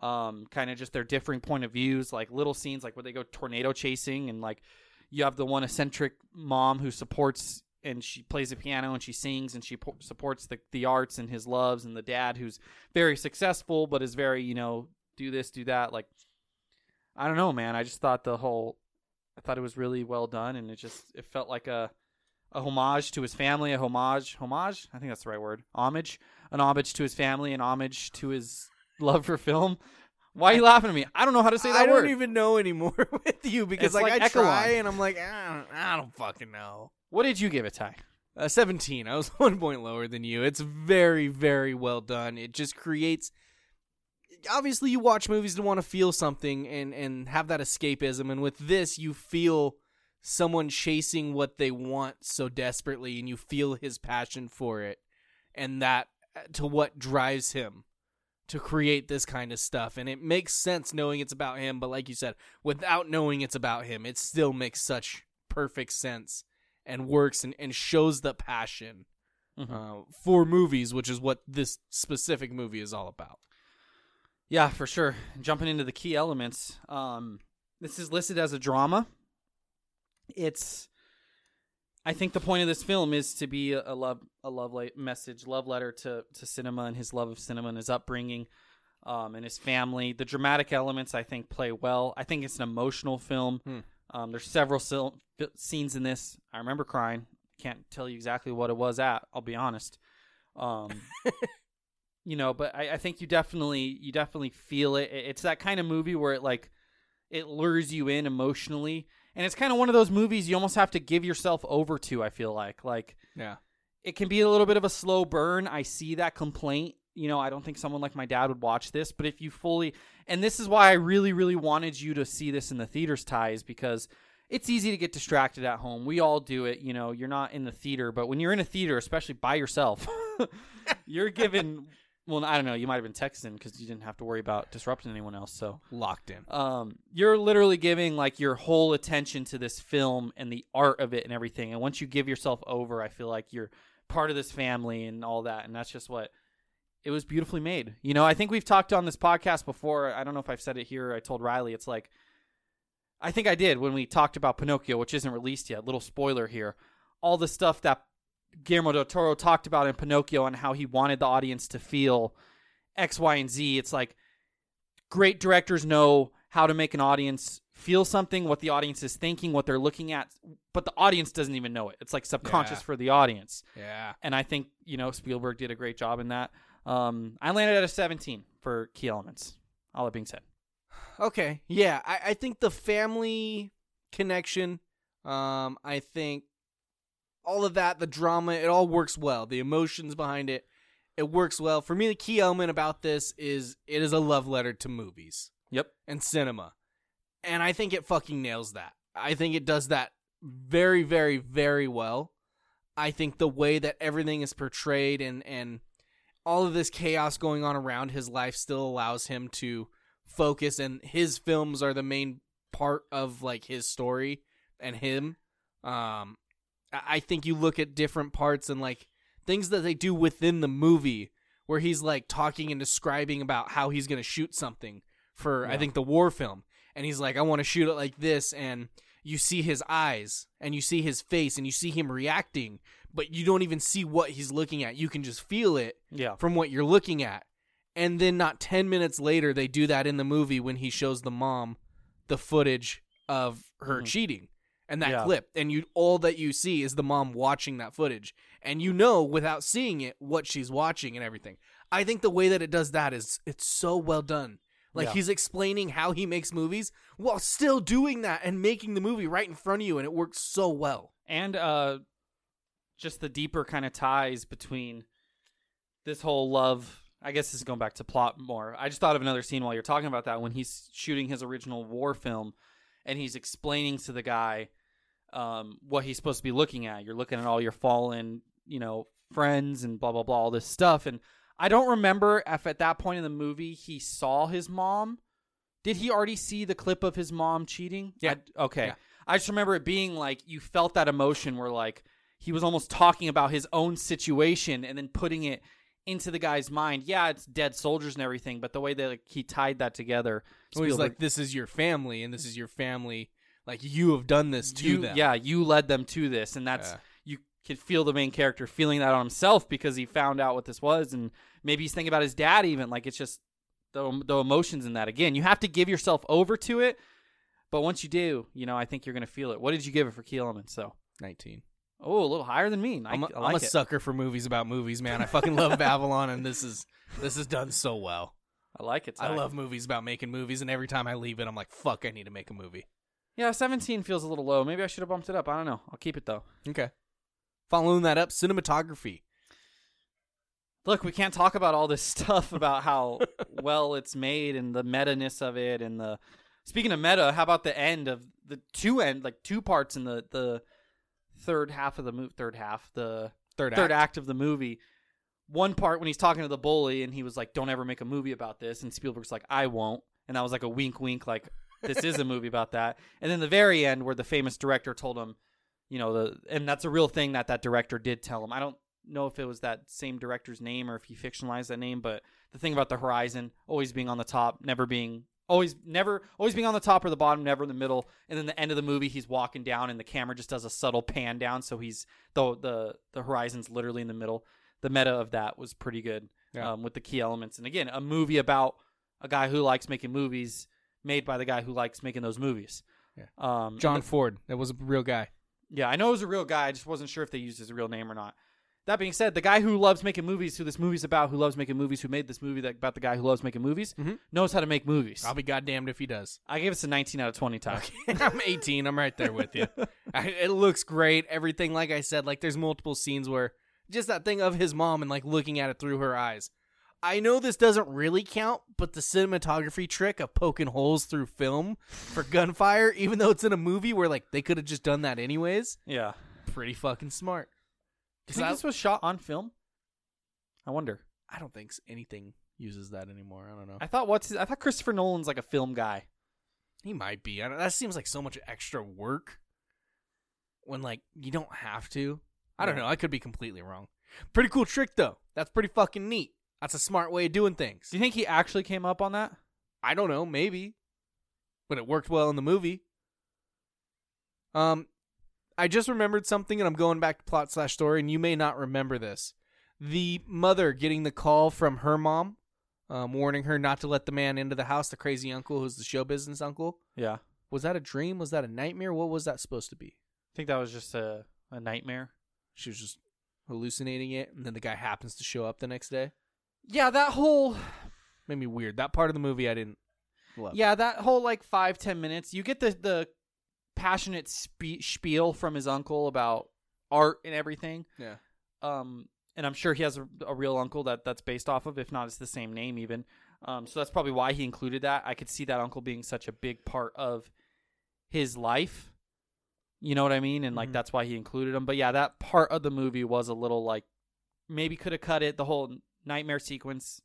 S1: um kind of just their differing point of views like little scenes like where they go tornado chasing and like you have the one eccentric mom who supports and she plays the piano and she sings and she po- supports the, the arts and his loves and the dad who's very successful but is very you know do this do that like i don't know man i just thought the whole i thought it was really well done and it just it felt like a a homage to his family a homage homage i think that's the right word homage an homage to his family an homage to his love for film why are you laughing at me i don't know how to say that
S2: i
S1: word
S2: don't even know anymore with you because
S1: It's
S2: like,
S1: like
S2: i try
S1: Echelon.
S2: and i'm like I don't, I don't fucking know
S1: what did you give it ty
S2: Uh, 17. I was one point lower than you. It's very, very well done. It just creates. Obviously, you watch movies to want to feel something and, and have that escapism. And with this, you feel someone chasing what they want so desperately, and you feel his passion for it and that uh, to what drives him to create this kind of stuff. And it makes sense knowing it's about him. But like you said, without knowing it's about him, it still makes such perfect sense and works and, and shows the passion uh, for movies, which is what this specific movie is all about.
S1: Yeah, for sure. Jumping into the key elements, um, this is listed as a drama. It's, I think, the point of this film is to be a, a love, a love le- message, love letter to to cinema and his love of cinema and his upbringing, um, and his family. The dramatic elements, I think, play well. I think it's an emotional film. Um, there's several sil- f- scenes in this. I remember crying. Can't tell you exactly what it was at. I'll be honest. Um, you know but I, I think you definitely you definitely feel it It- it's that kind of movie where it like it lures you in emotionally and it's kind of one of those movies you almost have to give yourself over to i feel like like
S2: Yeah.
S1: it can be a little bit of a slow burn. I see that complaint. You know, I don't think someone like my dad would watch this, but if you fully and this is why I really, really wanted you to see this in the theaters, Ty, is because it's easy to get distracted at home. We all do it, you know, you're not in the theater, but when you're in a theater, especially by yourself, you're given well, I don't know, you might have been texting because you didn't have to worry about disrupting anyone else, so
S2: Locked in.
S1: um, you're literally giving like your whole attention to this film and the art of it and everything. And once you give yourself over, I feel like you're part of this family and all that. And that's just what it was beautifully made. You know, I think we've talked on this podcast before. I don't know if I've said it here. I told Riley, it's like I think I did when we talked about Pinocchio, which isn't released yet. Little spoiler here. All the stuff that Guillermo del Toro talked about in Pinocchio and how he wanted the audience to feel X, Y, and Z. It's like great directors know how to make an audience feel something, what the audience is thinking, what they're looking at, but the audience doesn't even know it. It's like subconscious
S2: Yeah.
S1: for the audience.
S2: Yeah.
S1: And I think, you know, Spielberg did a great job in that. Um, I landed at a 17 for key elements. All that being said.
S2: Okay. Yeah. I, I think the family connection, um, I think all of that, the drama, it all works well. The emotions behind it, it works well. For me, the key element about this is it is a love letter to movies
S1: Yep.
S2: and cinema. And I think it fucking nails that. I think it does that very, very, very well. I think the way that everything is portrayed and, and all of this chaos going on around his life still allows him to focus and his films are the main part of like his story and him. Um I I think you look at different parts and like things that they do within the movie where he's like talking and describing about how he's gonna shoot something for I think the war film. And he's like, I want to shoot it like this, and you see his eyes and you see his face and you see him reacting, but you don't even see what he's looking at. You can just feel it
S1: Yeah.
S2: from what you're looking at. And then not 10 minutes later, they do that in the movie when he shows the mom the footage of her cheating and that
S1: Mm-hmm. Yeah.
S2: clip. And you all that you see is the mom watching that footage. And you know without seeing it what she's watching and everything. I think the way that it does that is it's so well done. Like
S1: Yeah.
S2: he's explaining how he makes movies while still doing that and making the movie right in front of you and it works so well.
S1: and uh just the deeper kind of ties between this whole love i guess this is going back to plot more i just thought of another scene while you're talking about that when he's shooting his original war film and he's explaining to the guy um, what he's supposed to be looking at you're looking at all your fallen you know friends and blah blah blah all this stuff and i don't remember if at that point in the movie he saw his mom did he already see the clip of his mom cheating?
S2: Yeah.
S1: I- okay.
S2: Yeah.
S1: I just remember it being like you felt that emotion where like he was almost talking about his own situation and then putting it into the guy's mind. Yeah, it's dead soldiers and everything, but the way that like, he tied that together,
S2: So he's
S1: Spielberg-
S2: like, this is your family and this is your family. Like you have done this to
S1: you,
S2: them.
S1: Yeah, you led them to this, and that's
S2: Yeah.
S1: you can feel the main character feeling that on himself because he found out what this was, and maybe he's thinking about his dad even. Like it's just the the emotions in that. Again, you have to give yourself over to it, but once you do, you know, I think you're gonna feel it. What did you give it for Key Elements? So,
S2: 19.
S1: oh, a little higher than me. I,
S2: I'm a,
S1: I like
S2: am a
S1: it.
S2: sucker for movies about movies, man. I fucking love Babylon, and this is this is done so well.
S1: I like it.
S2: I
S1: Ty.
S2: love movies about making movies, and every time I leave it, I'm like, fuck, I need to make a movie.
S1: Yeah, 17 feels a little low. Maybe I should have bumped it up. I don't know. I'll keep it though.
S2: Okay. Following that up, cinematography.
S1: look, we can't talk about all this stuff about how well it's made and the meta ness of it and the speaking of meta, how about the end of the two end like two parts in the the third half of the movie third half, the
S2: Third,
S1: third
S2: act.
S1: act of the movie. One part when he's talking to the bully and he was like, "Don't ever make a movie about this," and Spielberg's like, "I won't," and that was like a wink, wink, like this is a movie about that. And then the very end where the famous director told him, you know, the and that's a real thing that that director did tell him. I don't know if it was that same director's name or if he fictionalized that name, but the thing about the horizon always being on the top, never being always never always being on the top or the bottom, never in the middle. And then the end of the movie he's walking down and the camera just does a subtle pan down so he's the the the horizon's literally in the middle. The meta of that was pretty good
S2: Yeah.
S1: um, with the key elements. And again, a movie about a guy who likes making movies made by the guy who likes making those movies.
S2: Yeah.
S1: Um,
S2: John Ford. That was a real guy.
S1: yeah, I know it was a real guy. I just wasn't sure if they used his real name or not. That being said, the guy who loves making movies, who this movie's about, who loves making movies, who made this movie that, about the guy who loves making movies,
S2: Mm-hmm.
S1: knows how to make movies.
S2: I'll be goddamned if he does.
S1: I gave us a 19 out of 20 time.
S2: I'm 18. I'm right there with you. I, it looks great. Everything, like I said, like there's multiple scenes where just that thing of his mom and like looking at it through her eyes. I know this doesn't really count, but the cinematography trick of poking holes through film for gunfire, even though it's in a movie where like they could have just done that anyways,
S1: Yeah.
S2: pretty fucking smart.
S1: Do you
S2: 'Cause
S1: think
S2: I-
S1: this was shot on film? I wonder.
S2: I don't think s- anything uses that anymore. I don't know.
S1: I thought what's his- I thought Christopher Nolan's like a film guy.
S2: He might be. I don't, that seems like so much extra work when like you don't have to. I don't know. I could be completely wrong. Pretty cool trick though. That's pretty fucking neat. That's a smart way of doing things.
S1: Do you think he actually came up on that?
S2: I don't know, maybe. But it worked well in the movie. Um, I just remembered something, and I'm going back to plot slash story, and you may not remember this. The mother getting the call from her mom, um, warning her not to let the man into the house, the crazy uncle who's the show business uncle.
S1: Yeah. I
S2: Was that a dream? Was that a nightmare? What was that supposed to be?
S1: think that was just a, a nightmare.
S2: She was just hallucinating it, and then the guy happens to show up the next day.
S1: Yeah, that whole
S2: Made me weird. That part of the movie I didn't love.
S1: yeah that whole like five ten minutes. You get the the passionate spe- spiel from his uncle about art and everything.
S2: yeah.
S1: um, and I'm sure he has a, a real uncle that that's based off of. If not, it's the same name even. Um, so that's probably why he included that. I could see that uncle being such a big part of his life. You know what I mean? And like
S2: Mhm.
S1: that's why he included him. But yeah, that part of the movie was a little like maybe could have cut it. The whole nightmare sequence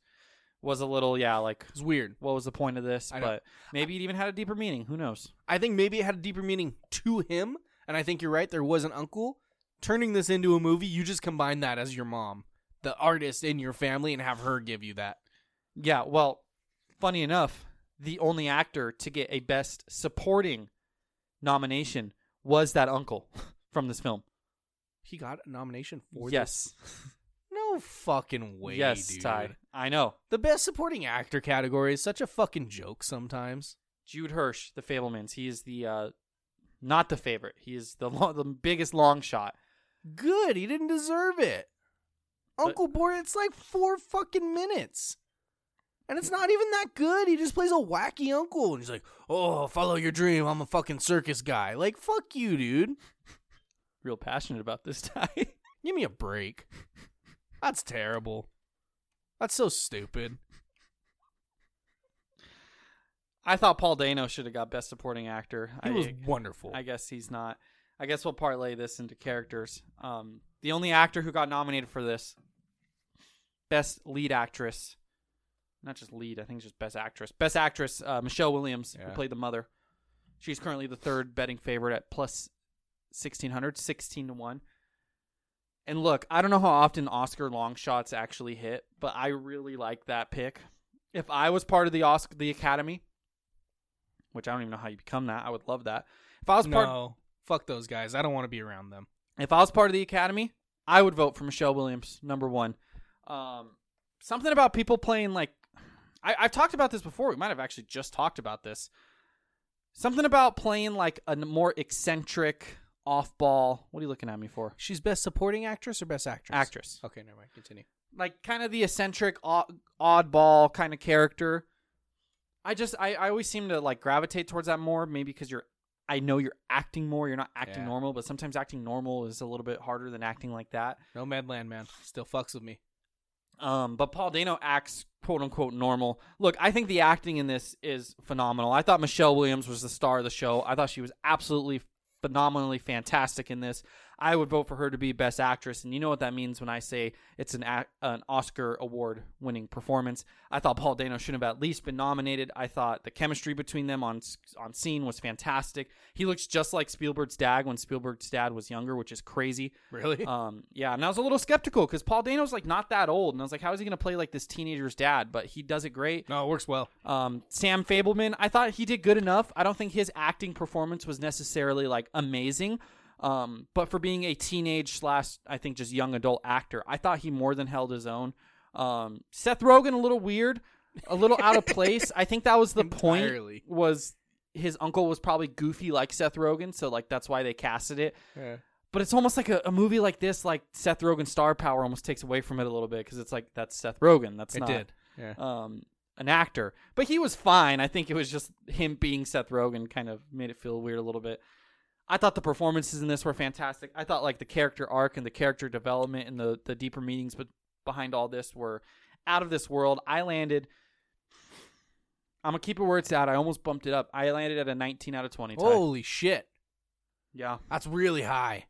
S1: was a little yeah like
S2: It was weird.
S1: what was the point of this?
S2: I don't-
S1: But maybe it even had a deeper meaning. Who knows?
S2: I think maybe it had a deeper meaning to him, and I think you're right. There was an uncle turning this into a movie. You just combine that as your mom, the artist in your family, and have her give you that.
S1: Yeah, well, funny enough, the only actor to get a best supporting nomination was that uncle from this film.
S2: He got a nomination for
S1: yes.
S2: this. No fucking way,
S1: yes,
S2: dude.
S1: Ty. I know.
S2: The best supporting actor category is such a fucking joke sometimes.
S1: Jude Hirsch, the Fablemans, he is the uh not the favorite. He is the lo- the biggest long shot.
S2: Good, he didn't deserve it.
S1: But-
S2: Uncle Boy, it's like four fucking minutes. And it's not even that good. He just plays a wacky uncle and he's like, Oh, follow your dream, I'm a fucking circus guy. Like, fuck you, dude.
S1: Real passionate about this Ty.
S2: Give me a break. That's terrible. That's so stupid.
S1: I thought Paul Dano should have got best supporting actor.
S2: He
S1: I,
S2: was wonderful.
S1: I guess he's not. I guess we'll parlay this into characters. Um, the only actor who got nominated for this best lead actress, not just lead, I think it's just best actress. Best actress, uh, Michelle Williams, who
S2: Yeah.
S1: played the mother. She's currently the third betting favorite at plus 1600, 16 to 1. And look, I don't know how often Oscar long shots actually hit, but I really like that pick. If I was part of the Oscar, the Academy, which I don't even know how you become that, I would love that. If I was part,
S2: no, fuck those guys. I don't want to be around them.
S1: if I was part of the Academy, I would vote for Michelle Williams, number one. Um, something about people playing like I, I've talked about this before. We might have actually just talked about this. Something about playing like a n- more eccentric off ball. What are you looking at me for?
S2: She's best supporting actress or best actress?
S1: Actress.
S2: Okay, never mind. Continue.
S1: like kind of the eccentric o- oddball kind of character i just I, I always seem to like gravitate towards that more maybe because you're i know you're acting more you're not acting
S2: Yeah.
S1: normal but sometimes acting normal is a little bit harder than acting like that
S2: No Madland, man. Still fucks with me.
S1: um, but paul dano acts quote unquote normal look i think the acting in this is phenomenal i thought michelle williams was the star of the show i thought she was absolutely phenomenally fantastic in this i would vote for her to be best actress and you know what that means when i say it's an, ac- an oscar award winning performance I thought Paul Dano should have at least been nominated. I thought the chemistry between them on on scene was fantastic. He looks just like Spielberg's dad when Spielberg's dad was younger, which is crazy.
S2: Really?
S1: Um, yeah, and I was a little skeptical because Paul Dano's like not that old, and I was like, how is he going to play like this teenager's dad? But he does it great.
S2: no, it works well.
S1: Um, Sam Fableman, I thought he did good enough. I don't think his acting performance was necessarily like amazing. Um, but for being a teenage slash, I think just young adult actor, I thought he more than held his own. Um, Seth Rogen, a little weird, a little out of place. I think that was the
S2: Entirely.
S1: point was his uncle was probably goofy like Seth Rogen. So like, that's why they casted it.
S2: Yeah.
S1: But it's almost like a, a movie like this, like Seth Rogen's star power almost takes away from it a little bit. Cause it's like, that's Seth Rogen. That's
S2: It
S1: not,
S2: did. Yeah.
S1: um, an actor, but he was fine. I think it was just him being Seth Rogen kind of made it feel weird a little bit. I thought the performances in this were fantastic. I thought like the character arc and the character development and the the deeper meanings but behind all this were out of this world. I landed. I'm gonna keep it where it's at. I almost bumped it up. I landed at a 19 out of 20. Ty.
S2: Holy shit.
S1: yeah.
S2: That's really high.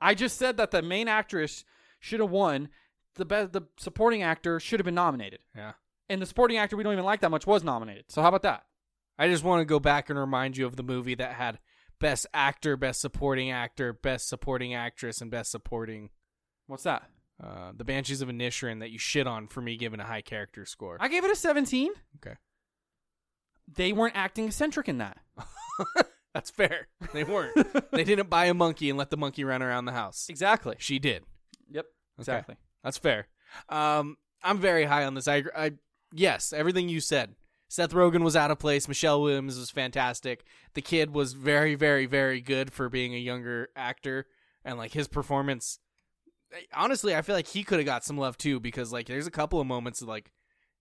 S1: I just said that the main actress should have won. The best, the supporting actor should have been nominated,
S2: Yeah.
S1: and the supporting actor we don't even like that much was nominated. So how about that?
S2: I just want to go back and remind you of the movie that had best actor, best supporting actor, best supporting actress, and best supporting
S1: What's that?
S2: uh, the Banshees of Inisherin that you shit on for me giving a high character score.
S1: I gave it a 17.
S2: okay.
S1: They weren't acting eccentric in that.
S2: That's fair. They weren't. they didn't buy a monkey and let the monkey run around the house.
S1: Exactly.
S2: She did.
S1: Yep.
S2: Okay.
S1: Exactly.
S2: That's fair. Um, I'm very high on this. I, agree- I yes, everything you said. Seth Rogen was out of place. Michelle Williams was fantastic. The kid was very, very, very good for being a younger actor, and like his performance. Honestly, I feel like he could have got some love too because like there's a couple of moments of like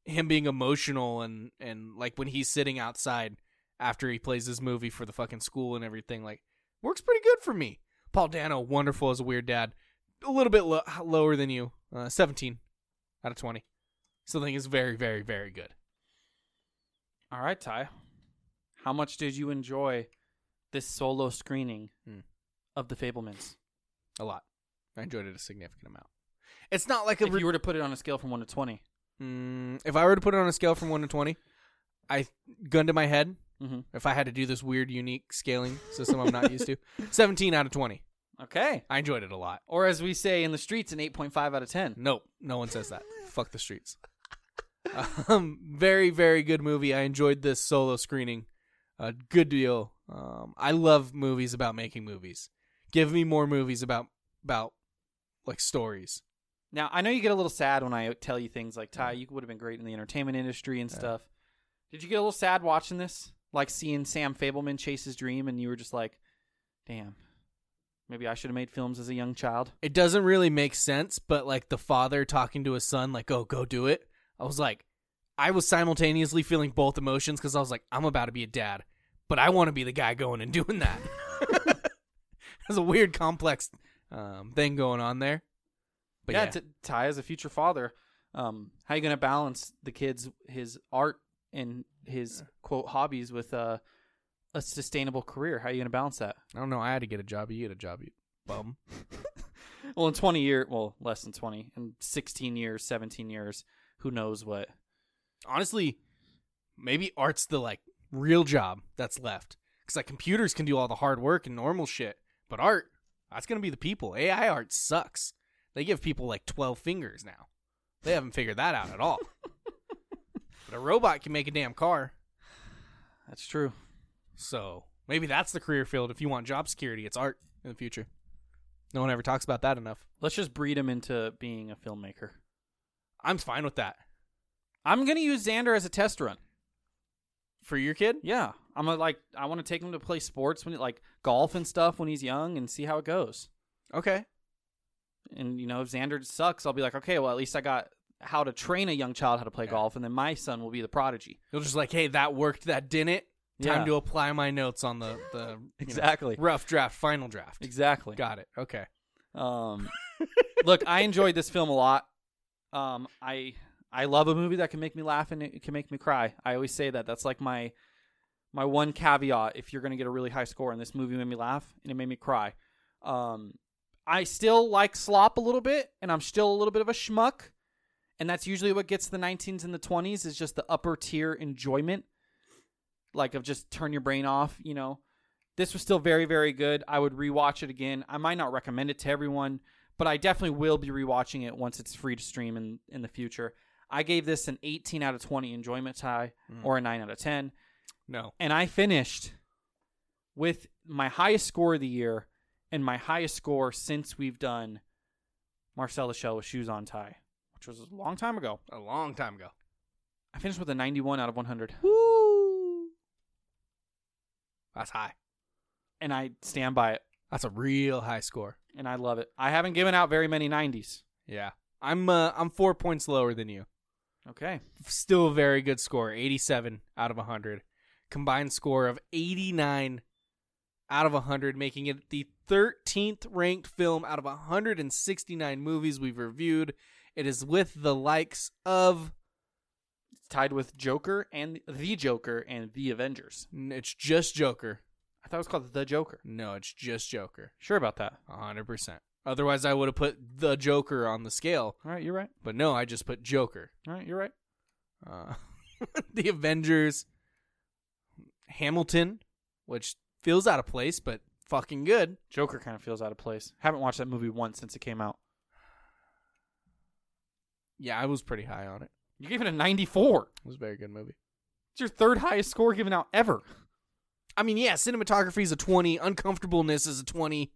S2: him being emotional and and like when he's sitting outside after he plays his movie for the fucking school and everything like works pretty good for me. Paul Dano, wonderful as a weird dad a little bit lo- lower than you. Uh, 17 out of 20. Still think it's very, very, very good.
S1: All right, Ty. How much did you enjoy this solo screening
S2: Hmm.
S1: of The Fablemans?
S2: A lot. I enjoyed it a significant amount. It's not like a.
S1: If
S2: re-
S1: you were to put it on a scale from one to twenty,
S2: Mm, if I were to put it on a scale from 1 to 20, I gun to my head,
S1: Mhm.
S2: if I had to do this weird, unique scaling system I'm not used to, 17 out of 20.
S1: okay.
S2: I enjoyed it a lot.
S1: Or as we say in the streets, an eight point five out of ten.
S2: Nope, no one says that. Fuck the streets. Um, very, very good movie. I enjoyed this solo screening. A good deal. Um, I love movies about making movies. Give me more movies about about like stories.
S1: Now I know you get a little sad when I tell you things like
S2: Mm-hmm.
S1: Ty, you would have been great in the entertainment industry and stuff. Did you get a little sad watching this? Like seeing Sam Fableman chase his dream, and you were just like, "Damn, maybe I should have made films as a young child."
S2: It doesn't really make sense, but like the father talking to his son, like, "Oh, go do it." I was like, I was simultaneously feeling both emotions because I was like, I'm about to be a dad, but I want to be the guy going and doing that. That's a weird, complex um, thing going on there. But yeah,
S1: T- Ty as a future father, um, how you going to balance the kids, his art and his quote hobbies with uh, a sustainable career? How you going to balance that?
S2: I don't know. I had to get a job. You get a job, you bum.
S1: Well, in twenty year, well, less than twenty, in sixteen years, seventeen years, who knows what?
S2: Honestly, maybe art's the like real job that's left because like computers can do all the hard work and normal shit, but art that's gonna be the people. AI art sucks. They give people like twelve fingers now. They haven't figured that out at all. but a robot can make a damn car.
S1: That's true.
S2: So maybe that's the career field. If you want job security, it's art in the future. No one ever talks about that enough.
S1: Let's just breed him into being a filmmaker.
S2: I'm fine with that.
S1: I'm gonna use Xander as a test run.
S2: For your kid?
S1: Yeah, I'm gonna like I want to take him to play sports when like golf and stuff when he's young and see how it goes.
S2: Okay.
S1: and you know if Xander sucks, I'll be like, okay, well at least I got how to train a young child how to play
S2: Yeah.
S1: golf, and then my son will be the prodigy.
S2: You'll just like, hey, that worked, that didn't. Time
S1: Yeah.
S2: to apply my notes on the the you know,
S1: Exactly.
S2: rough draft, final draft.
S1: Exactly.
S2: Got it. Okay.
S1: Um, look, I enjoyed this film a lot. Um, I I love a movie that can make me laugh and it can make me cry. I always say that. That's like my my one caveat. If you're gonna get a really high score, and this movie made me laugh and it made me cry. Um, I still like slop a little bit, and I'm still a little bit of a schmuck, and that's usually what gets the 19s and the 20s is just the upper tier enjoyment, like of just turn your brain off, you know this was still very very good i would rewatch it again i might not recommend it to everyone but i definitely will be rewatching it once it's free to stream in in the future i gave this an 18 out of 20 enjoyment tie or a 9 out of 10
S2: No.
S1: and i finished with my highest score of the year and my highest score since we've done marcel shell with shoes on tie which was a long time ago
S2: A long time ago.
S1: i finished with a 91 out of 100
S2: Woo. That's high.
S1: and i stand by it
S2: That's a real high score.
S1: and i love it i haven't given out very many 90s
S2: Yeah. I'm uh, I'm four points lower than you.
S1: okay
S2: Still a very good score. Eighty seven out of hundred. Combined score of eighty nine out of hundred, making it the thirteenth ranked film out of hundred and sixty nine movies we've reviewed. It is with the likes of
S1: tied with Joker and the Joker and the Avengers.
S2: N- It's just Joker.
S1: I thought it was called the Joker.
S2: No, it's just Joker.
S1: Sure about that?
S2: A 100%. Otherwise, I would have put the Joker on the scale.
S1: All right, you're right.
S2: But no, I just put Joker.
S1: All right, you're right.
S2: Uh, the Avengers, Hamilton, which feels out of place, but fucking good.
S1: Joker kind of feels out of place. Haven't watched that movie once since it came out.
S2: Yeah, I was pretty high on it.
S1: You gave it a 94.
S2: It was a very good movie.
S1: It's your third highest score given out ever.
S2: I mean, yeah, cinematography is a 20, uncomfortableness is a 20.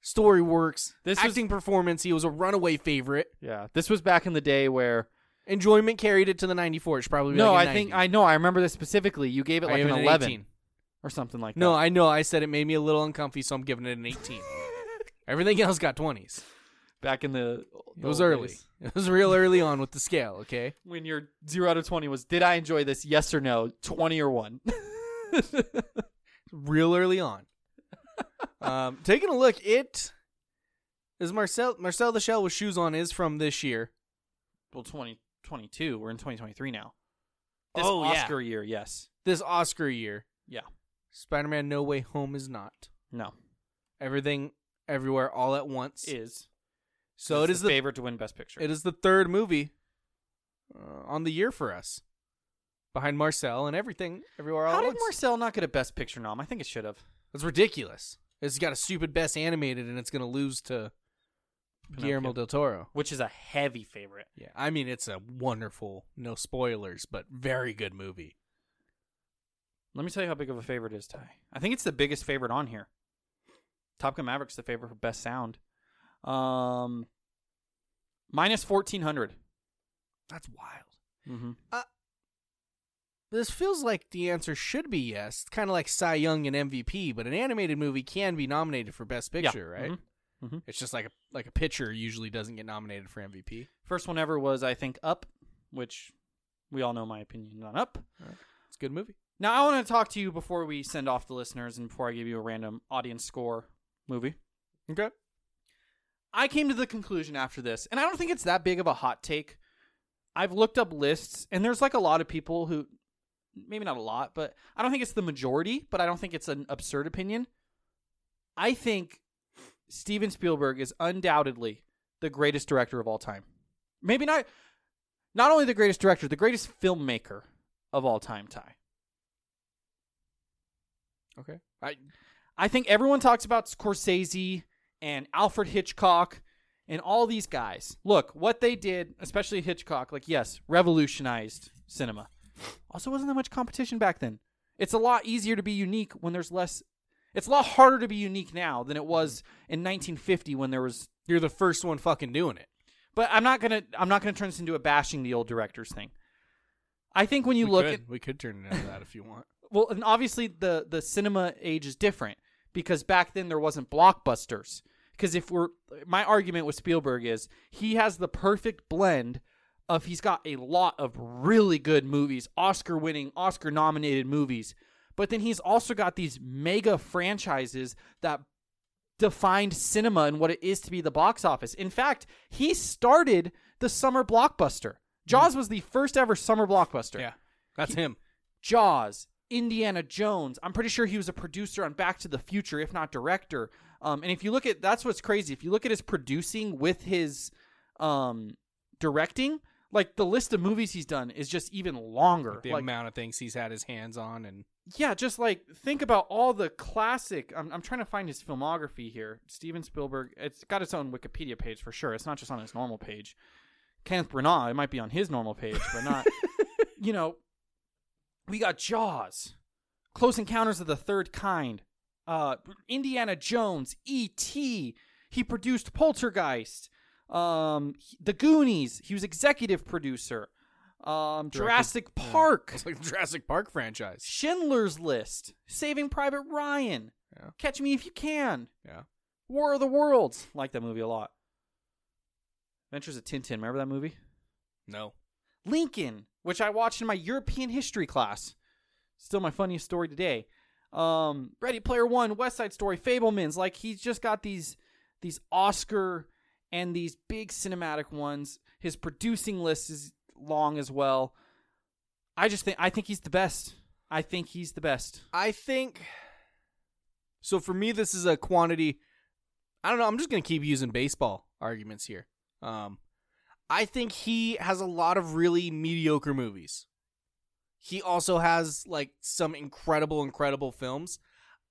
S2: Story works.
S1: This
S2: This
S1: is-
S2: acting performance, he was a runaway favorite.
S1: Yeah, this was back in the day where
S2: Enjoyment carried it to the 94. It should probably be
S1: no,
S2: like a
S1: I think
S2: 90.
S1: I know. I remember this specifically. You gave it
S2: I
S1: like
S2: gave
S1: an
S2: it an
S1: eleven
S2: 18.
S1: or something like
S2: No,
S1: that.
S2: I know. I said it made me a little uncomfy, so I'm giving it an 18. Everything else got 20s.
S1: back in the
S2: It
S1: the
S2: was
S1: old
S2: early.
S1: days.
S2: It was real early on with the scale, okay?
S1: when your zero out of twenty was did I enjoy this? Yes or no, twenty or one.
S2: real early on. um, taking a look, it is Marcel Marcel the Shell with shoes on is from this year.
S1: well, twenty twenty two. We're in twenty twenty three now. This
S2: Oh, yeah.
S1: Oscar year, yes,
S2: This Oscar year,
S1: yeah,
S2: Spider Man No Way Home is not
S1: no,
S2: everything, everywhere, all at once.
S1: is
S2: so it
S1: It's
S2: is the,
S1: favorite to win Best Picture.
S2: it is the third movie uh, on the year for us, behind Marcel and everything, everywhere, all
S1: How
S2: at
S1: did
S2: once.
S1: Marcel not get a Best Picture nom? I think it should have.
S2: it's ridiculous. It's got a stupid best animated, and it's gonna lose to Guillermo
S1: Pinocchio.
S2: del Toro.
S1: which is a heavy favorite.
S2: Yeah, I mean it's a wonderful, no spoilers, but very good movie.
S1: Let me tell you how big of a favorite it is, Ty. I think it's the biggest favorite on here. Top Gun Maverick's the favorite for best sound. Um, minus fourteen hundred.
S2: That's wild.
S1: Mm-hmm.
S2: This feels like the answer should be yes. It's kind of like Cy Young and MVP, but an animated movie can be nominated for Best Picture,
S1: Mm-hmm.
S2: right? It's just like a like a picture usually doesn't get nominated for MVP.
S1: First one ever was I think Up, which we all know my opinion on Up.
S2: It's a good movie.
S1: Now I want to talk to you before we send off the listeners and before I give you a random audience score movie.
S2: Okay.
S1: I came to the conclusion after this, and I don't think it's that big of a hot take. I've looked up lists, and there's like a lot of people who, maybe not a lot, but I don't think it's the majority, but I don't think it's an absurd opinion. I think Steven Spielberg is undoubtedly the greatest director of all time. Maybe not, not only the greatest director, the greatest filmmaker of all time, Ty.
S2: Okay. I
S1: I think everyone talks about Scorsese and Alfred Hitchcock and all these guys. Look, what they did, especially Hitchcock, like, yes, revolutionized cinema. Also, wasn't that much competition back then. It's a lot easier to be unique when there's less. It's a lot harder to be unique now than it was in 1950 when there was.
S2: you're the first one fucking doing it.
S1: But I'm not gonna. I'm not gonna turn this into a bashing the old directors thing. I think when you
S2: we
S1: look
S2: could,
S1: at
S2: we could turn it into that if you want.
S1: well and obviously the the cinema age is different because back then there wasn't blockbusters because if we're my argument with spielberg is he has the perfect blend of he's got a lot of really good movies oscar winning oscar nominated movies but then he's also got these mega franchises that defined cinema and what it is to be the box office. In fact, he started the summer blockbuster. Jaws was the first ever summer blockbuster.
S2: Yeah. That's him.
S1: Jaws, Indiana Jones. I'm pretty sure he was a producer on Back to the Future, if not director. Um, and if you look at that's what's crazy. If you look at his producing with his um, directing, like the list of movies he's done is just even longer.
S2: The
S1: Like,
S2: amount of things he's had his hands on and
S1: yeah, just like think about all the classic. I'm, I'm trying to find his filmography here. Steven Spielberg. It's got its own Wikipedia page for sure. It's not just on his normal page. Kenneth Branagh. It might be on his normal page, but not. you know, we got Jaws, Close Encounters of the Third Kind, uh, Indiana Jones, E.T. He produced Poltergeist, um, he- The Goonies. He was executive producer. Um, Jurassic Park.
S2: it's like the Jurassic Park franchise.
S1: Schindler's List, Saving Private Ryan,
S2: Yeah.
S1: Catch Me If You Can,
S2: Yeah.
S1: War of the Worlds. Like that movie a lot. Adventures of Tintin. Remember that movie?
S2: No.
S1: Lincoln, which I watched in my European history class. Still my funniest story today. Um, Ready Player One, West Side Story, Fablemans. Like he's just got these these Oscar and these big cinematic ones. His producing list is long as well. I just think I think he's the best. I think he's the best.
S2: I think so for me this is a quantity I don't know, I'm just going to keep using baseball arguments here. Um I think he has a lot of really mediocre movies. He also has like some incredible incredible films.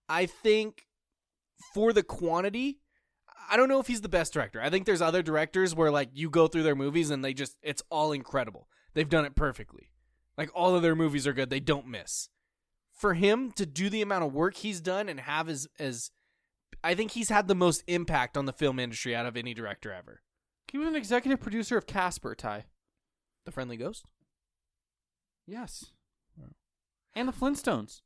S2: I think for the quantity I don't know if he's the best director. I think there's other directors where like you go through their movies and they just it's all incredible. They've done it perfectly. Like all of their movies are good. They don't miss for him to do the amount of work he's done and have his as I think he's had the most impact on the film industry out of any director ever.
S1: He was an executive producer of Casper, Ty.
S2: The Friendly Ghost?
S1: Yes. And the Flintstones.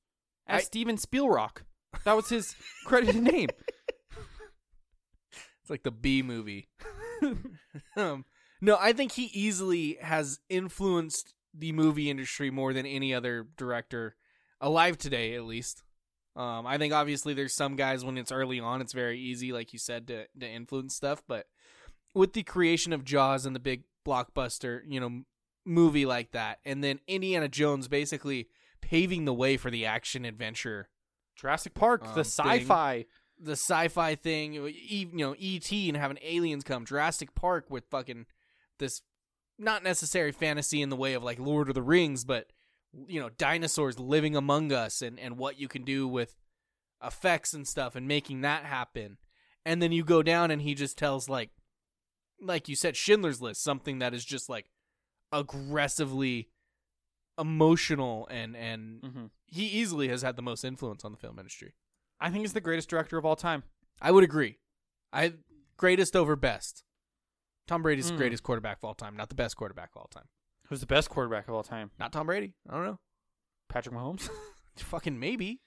S2: I-
S1: As Steven Spielrock. That was his credited name.
S2: It's like the B movie. um, no, I think he easily has influenced the movie industry more than any other director alive today, at least. Um, I think obviously there's some guys when it's early on, it's very easy, like you said, to to influence stuff. But with the creation of Jaws and the big blockbuster, you know, m- movie like that, and then Indiana Jones basically paving the way for the action adventure
S1: Jurassic Park,
S2: Um,
S1: the sci-fi.
S2: the sci-fi thing, e, you know, ET and having aliens come, Jurassic Park with fucking this not necessary fantasy in the way of like Lord of the Rings, but you know, dinosaurs living among us and and what you can do with effects and stuff and making that happen. And then you go down and he just tells like like you said Schindler's List, something that is just like aggressively emotional and and
S1: Mhm.
S2: he easily has had the most influence on the film industry.
S1: I think he's the greatest director of all time.
S2: I would agree. I greatest over best. Tom Brady's the
S1: Mm.
S2: greatest quarterback of all time, not the best quarterback of all time.
S1: Who's the best quarterback of all time?
S2: Not Tom Brady. I don't know.
S1: Patrick Mahomes.
S2: Fucking maybe.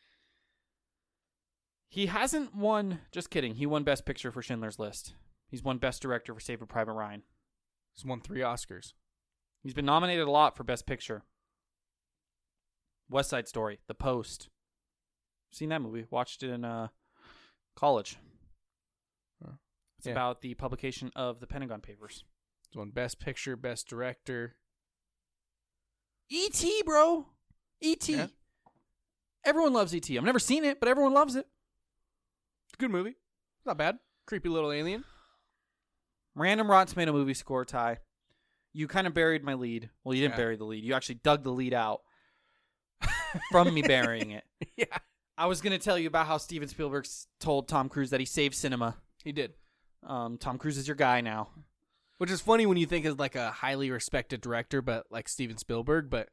S1: he hasn't won. Just kidding. He won Best Picture for Schindler's List. He's won Best Director for Saving Private Ryan.
S2: He's won three Oscars.
S1: He's been nominated a lot for Best Picture. West Side Story, The Post. Seen that movie? Watched it in uh, college.
S2: Huh.
S1: It's
S2: Yeah.
S1: about the publication of the Pentagon Papers.
S2: He's won Best Picture, Best Director.
S1: E
S2: E.T., bro.
S1: E.T.
S2: Yeah.
S1: E Everyone loves E.T. I've never seen it, but everyone loves it.
S2: Good movie. Not bad. Creepy little alien.
S1: Random Rotten Tomato movie score tie. You kind of buried my lead. Well, you didn't
S2: Yeah.
S1: bury the lead. You actually dug the lead out from me burying it.
S2: Yeah.
S1: I was going to tell you about how Steven Spielberg s- told Tom Cruise that he saved cinema.
S2: He did.
S1: Um, Tom Cruise is your guy now.
S2: Which is funny when you think of like a highly respected director, but like Steven Spielberg, but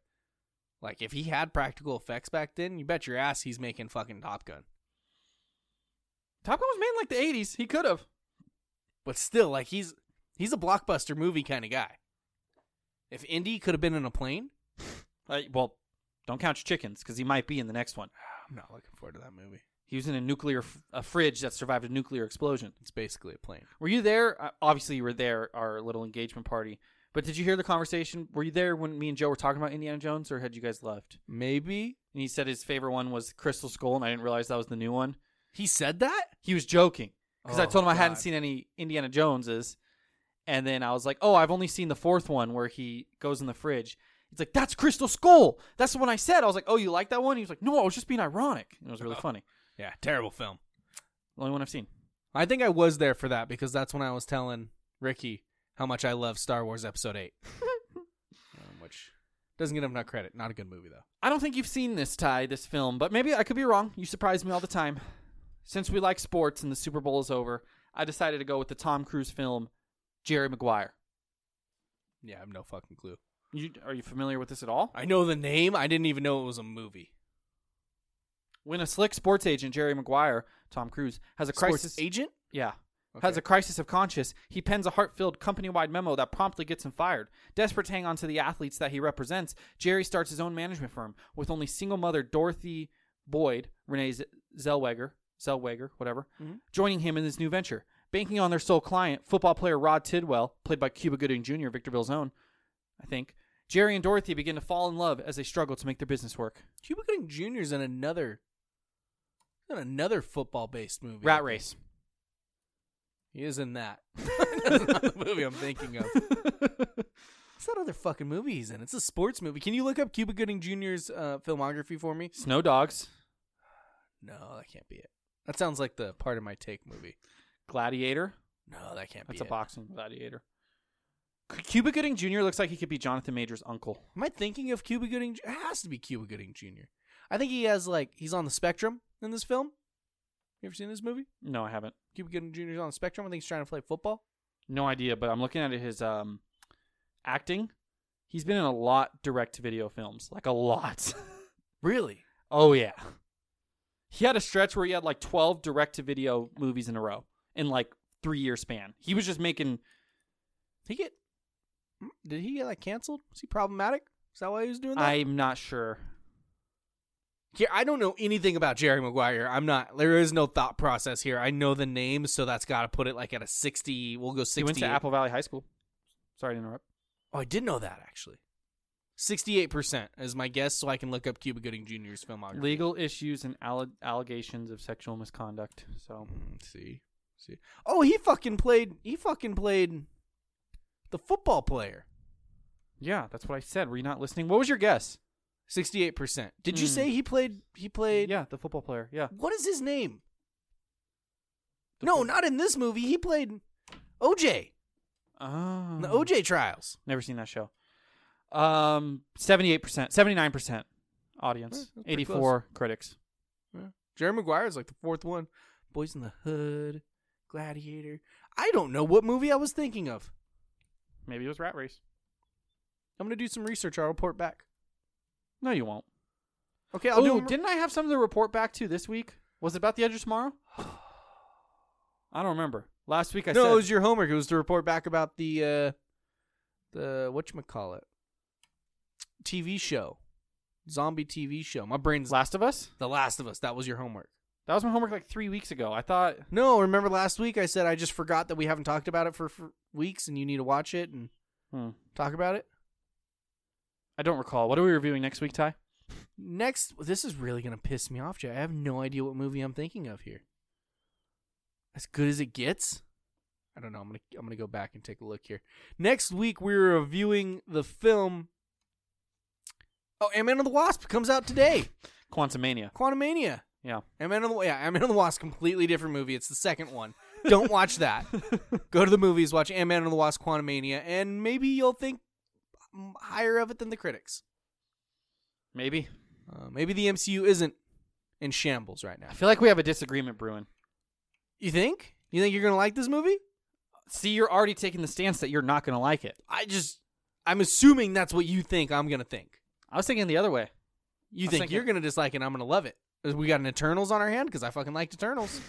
S2: like if he had practical effects back then, you bet your ass he's making fucking Top Gun.
S1: Top Gun was made in like the eighties. He could have.
S2: but still like he's he's a blockbuster movie kind of guy if indy could have been in a plane
S1: well, don't count your chickens because he might be in the next one.
S2: i'm not looking forward to that movie
S1: He was in a nuclear f- a fridge that survived a nuclear explosion.
S2: it's basically a plane
S1: Were you there? Uh, obviously, you were there. Our little engagement party. But did you hear the conversation? Were you there when me and Joe were talking about Indiana Jones, or had you guys left?
S2: maybe
S1: And he said his favorite one was Crystal Skull, and I didn't realize that was the new one.
S2: he said that
S1: He was joking because I
S2: Oh,
S1: told him I hadn't
S2: God.
S1: seen any Indiana Joneses, and then I was like, "Oh, I've only seen the fourth one where he goes in the fridge." He's like, "That's Crystal Skull. That's the one I said." I was like, "Oh, you like that one?" He was like, "No, I was just being ironic." And it was really funny.
S2: yeah terrible film
S1: Only one I've seen.
S2: i think i was there for that because that's when i was telling ricky how much i love star wars episode 8 um, which doesn't get him enough credit not a good movie though
S1: I don't think you've seen this Ty, this film, but maybe I could be wrong. You surprise me all the time. Since we like sports and the Super Bowl is over, I decided to go with the Tom Cruise film, Jerry Maguire.
S2: yeah i have no fucking clue
S1: You, are you familiar with this at all?
S2: i know the name i didn't even know it was a movie
S1: When a slick sports agent, Jerry Maguire, Tom Cruise, has a crisis.
S2: Sports agent
S1: Yeah. Has a crisis of conscience. He pens a heart-filled company-wide memo that promptly gets him fired. Desperate to hang on to the athletes that he represents, Jerry starts his own management firm with only single mother Dorothy Boyd, Renee Z- Zellweger, Zellweger, whatever, joining him in his new venture. Banking on their sole client, football player Rod Tidwell, played by Cuba Gooding Jr., Victorville's own, I think. Jerry and Dorothy begin to fall in love as they struggle to make their business work.
S2: Cuba Gooding Jr. is in another, in another football-based movie.
S1: Rat race.
S2: He is in that. That's not the movie I'm thinking of. What's that other fucking movie he's in? It's a sports movie. Can you look up Cuba Gooding Jr.'s uh, filmography for me?
S1: Snow dogs,
S2: No, that can't be it. That sounds like the part of my take movie.
S1: gladiator,
S2: No, that can't be.
S1: That's a
S2: it.
S1: boxing gladiator. C- Cuba Gooding Jr. looks like he could be Jonathan Major's uncle.
S2: Am I thinking of Cuba Gooding? Ju- It has to be Cuba Gooding Jr. I think he has like he's on the spectrum in this film. You ever seen this movie?
S1: No, I haven't.
S2: Cuba Gooding Jr. is on the spectrum. I think he's trying to play football.
S1: No idea, but I'm looking at his um, acting. He's been in a lot direct to video films, like a lot.
S2: Really?
S1: Oh yeah. He had a stretch where he had like 12 direct to video movies in a row in like 3 year span. He was just making
S2: He get mm, did he get like canceled? Was he problematic? Is that why he was doing that?
S1: I'm not sure.
S2: Here, I don't know anything about Jerry Maguire. I'm not. There is no thought process here. I know the name, so that's got to put it like at a sixty. We'll go sixty.
S1: He went to Apple Valley High School. Sorry to interrupt.
S2: Oh, I did know that actually. Sixty-eight percent is my guess, so I can look up Cuba Gooding Jr.'s filmography.
S1: Legal issues and alle- allegations of sexual misconduct. So
S2: Let's Mm, see, see. Oh, he fucking played. He fucking played the football player.
S1: yeah, that's what I said. Were you not listening? What was your guess?
S2: Sixty-eight percent. Did you
S1: Hmm.
S2: say he played? He played.
S1: Yeah, the football player. Yeah.
S2: What is his name? No, not in this movie. He played OJ.
S1: Oh.
S2: in The OJ trials.
S1: Never seen that show. Um, seventy-eight percent, seventy-nine percent
S2: Yeah,
S1: audience,
S2: that's pretty
S1: eighty-four critics.
S2: Jerry Maguire is like the fourth one. Boys in the Hood, Gladiator. I don't know what movie I was thinking of.
S1: Maybe it was Rat Race.
S2: I'm gonna do some research. I'll report back.
S1: No, you won't.
S2: Okay, I'll do.
S1: Ooh,
S2: a-
S1: didn't I have something to report back to this week? Was it about the Edge of Tomorrow? I don't remember. Last week I
S2: no,
S1: said
S2: it was your homework. It was to report back about the uh, the what you call it TV show, zombie TV show. My brain's
S1: Last of Us.
S2: The Last of Us. That was your homework.
S1: That was my homework like three weeks ago. I thought
S2: No, remember last week I said I just forgot that we haven't talked about it for, for weeks, and you need to watch it and
S1: hmm,
S2: talk about it
S1: I don't recall. What are we reviewing next week, Ty?
S2: next. This is really gonna piss me off, Jay. I have no idea what movie I'm thinking of here. As good as it gets. I don't know. I'm gonna I'm gonna go back and take a look here. Next week we're reviewing the film. Oh, Ant-Man and the Wasp comes out today.
S1: Quantum Mania.
S2: Quantumania.
S1: Yeah.
S2: Ant-Man and the yeah, Ant-Man and the Wasp, completely different movie. It's the second one. Don't watch that. Go to the movies, watch Ant-Man and the Wasp: Quantumania, and maybe you'll think mm, higher of it than the critics.
S1: Maybe.
S2: Uh, maybe the MCU isn't in shambles right now.
S1: I feel like we have a disagreement brewing.
S2: You think? You think you're gonna like this movie?
S1: See, you're already taking the stance that you're not going to like it.
S2: I just, I'm assuming that's what you think. I'm gonna think.
S1: I was thinking the other way. I
S2: You
S1: was
S2: think
S1: thinking-
S2: you're gonna dislike it? and I'm gonna love it. Uh, We got an Eternals on our hand because I fucking liked Eternals.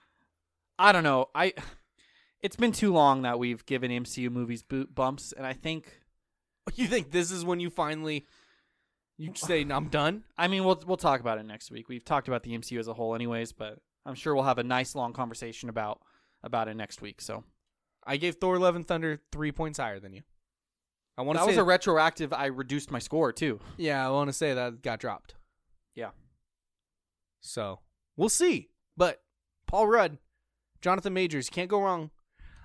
S1: I don't know. I it's been too long that we've given MCU movies boot bumps, and I think
S2: you think this is when you finally, you say I'm done?
S1: I mean we'll we'll talk about it next week. We've talked about the MCU as a whole, anyways, but I'm sure we'll have a nice long conversation about about it next week. So
S2: I gave Thor: Love and Thunder three points higher than you. I want
S1: that
S2: to say
S1: was a retroactive. I reduced my score too.
S2: yeah. I want to say that got dropped.
S1: Yeah.
S2: So we'll see. But Paul Rudd, Jonathan Majors can't go wrong.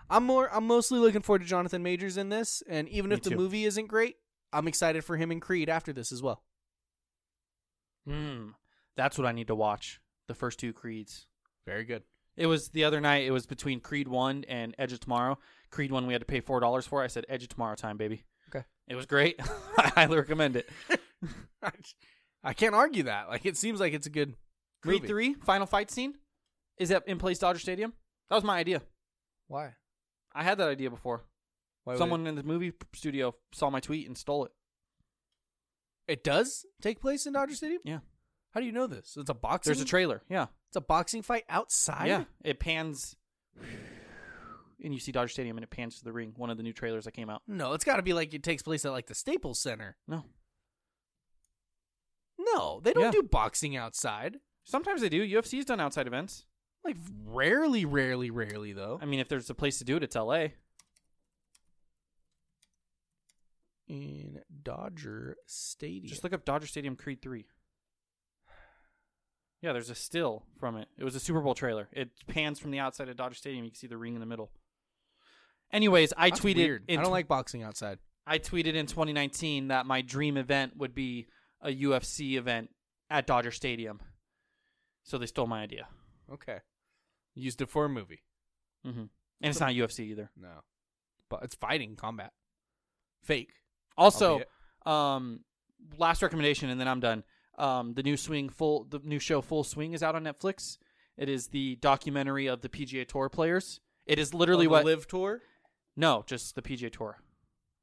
S2: I'm more. I'm mostly looking forward to Jonathan Majors in this, and even
S1: Me
S2: if the
S1: too.
S2: movie isn't great, I'm excited for him in Creed after this as well.
S1: Hmm. That's what I need to watch. The first two creeds.
S2: Very good.
S1: It was the other night. It was between Creed One and Edge of Tomorrow. Creed One, we had to pay four dollars for. I said Edge of Tomorrow time, baby.
S2: Okay.
S1: It was great. I highly recommend it.
S2: I can't argue that. Like it seems like it's a good
S1: Creed
S2: movie.
S1: Three final fight scene is at in place Dodger Stadium. That was my idea.
S2: Why?
S1: I had that idea before.
S2: Why would
S1: Someone in the movie studio saw my tweet and stole it.
S2: it, it does take place in Dodger Stadium.
S1: Yeah,
S2: How do you know this? It's a boxing.
S1: there's a trailer. Yeah,
S2: It's a boxing fight outside.
S1: yeah. It pans, and you see Dodger Stadium, and it pans to the ring. One of the new trailers that came out.
S2: No, it's got to be like it takes place at like the Staples Center.
S1: No,
S2: No, they don't
S1: Yeah.
S2: do boxing outside.
S1: sometimes they do. UFC's done outside events.
S2: Like rarely, rarely, rarely though.
S1: I mean, if there's a place to do it, it's L.A.
S2: In Dodger Stadium.
S1: Just look up Dodger Stadium Creed 3. Yeah, there's a still from it. It was a Super Bowl trailer. It pans from the outside of Dodger Stadium. You can see the ring in the middle. Anyways, I
S2: That's
S1: tweeted.
S2: weird.
S1: In
S2: I don't
S1: tw-
S2: like boxing outside.
S1: I tweeted in 2019 that my dream event would be a UFC event at Dodger Stadium. So they stole my idea.
S2: Okay. Used it for a movie.
S1: hmm And it's not UFC either.
S2: No, but it's fighting combat. Fake.
S1: Also,
S2: Albeit.
S1: um, last recommendation, and then I'm done. Um, the new swing full, the new show Full Swing is out on Netflix. It is the documentary of the PGA Tour players. It is literally
S2: Oh, the
S1: what
S2: live tour.
S1: no, just the PGA Tour.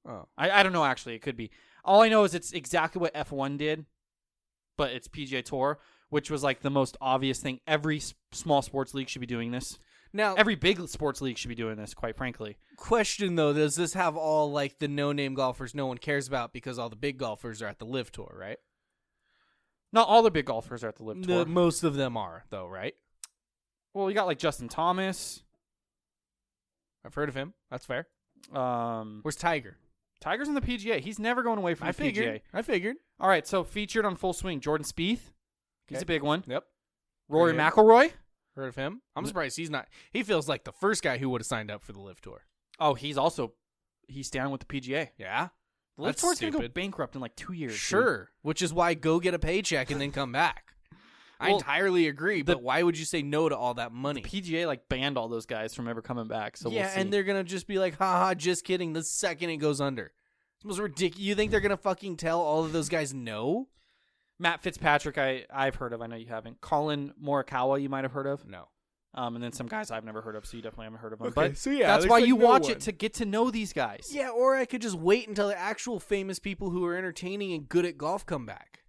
S2: Oh,
S1: I, I don't know actually. It could be. All I know is it's exactly what F1 did, but it's PGA Tour, which was like the most obvious thing. Every s- small sports league should be doing this.
S2: Now, every
S1: Every big sports league should be doing this. Quite frankly,
S2: question though, does this have all like the no-name golfers no one cares about because all the big golfers are at the Live Tour, right?
S1: not all the big golfers are at the Live Tour.
S2: The- most of them are though, right?
S1: well, you got like Justin Thomas.
S2: I've heard of him. That's fair.
S1: Um,
S2: Where's Tiger?
S1: Tiger's in the PGA. He's never going away from
S2: I
S1: the PGA.
S2: figured. I figured.
S1: All right, so featured on Full Swing, Jordan Spieth. He's
S2: Okay.
S1: a big one.
S2: Yep.
S1: Rory
S2: Right.
S1: McIlroy.
S2: Heard of him? I'm surprised he's not. He feels like the first guy who would have signed up for the Live Tour.
S1: Oh, he's also he's down with the PGA.
S2: Yeah.
S1: The Live
S2: That's
S1: Tour's going to go
S2: stupid.
S1: bankrupt in like two years. dude.
S2: Sure, which is why go get a paycheck and then come back. I
S1: Well,
S2: entirely agree,
S1: the-
S2: but why would you say no to all that money?
S1: PGA like banned all those guys from ever coming back. So
S2: yeah,
S1: we'll see.
S2: and they're gonna just be like, haha, just kidding. The second it goes under, it's the most ridiculous. You think they're gonna fucking tell all of those guys no?
S1: Matt Fitzpatrick. I I've heard of. I know you haven't. Colin Morikawa. You might have heard of.
S2: No.
S1: Um, and then some guys I've never heard of. So you definitely haven't heard of them.
S2: Okay,
S1: but
S2: so yeah,
S1: that's
S2: there's,
S1: why
S2: like,
S1: you
S2: no
S1: watch
S2: one.
S1: it to get to know these guys.
S2: Yeah, or I could just wait until the actual famous people who are entertaining and good at golf come back.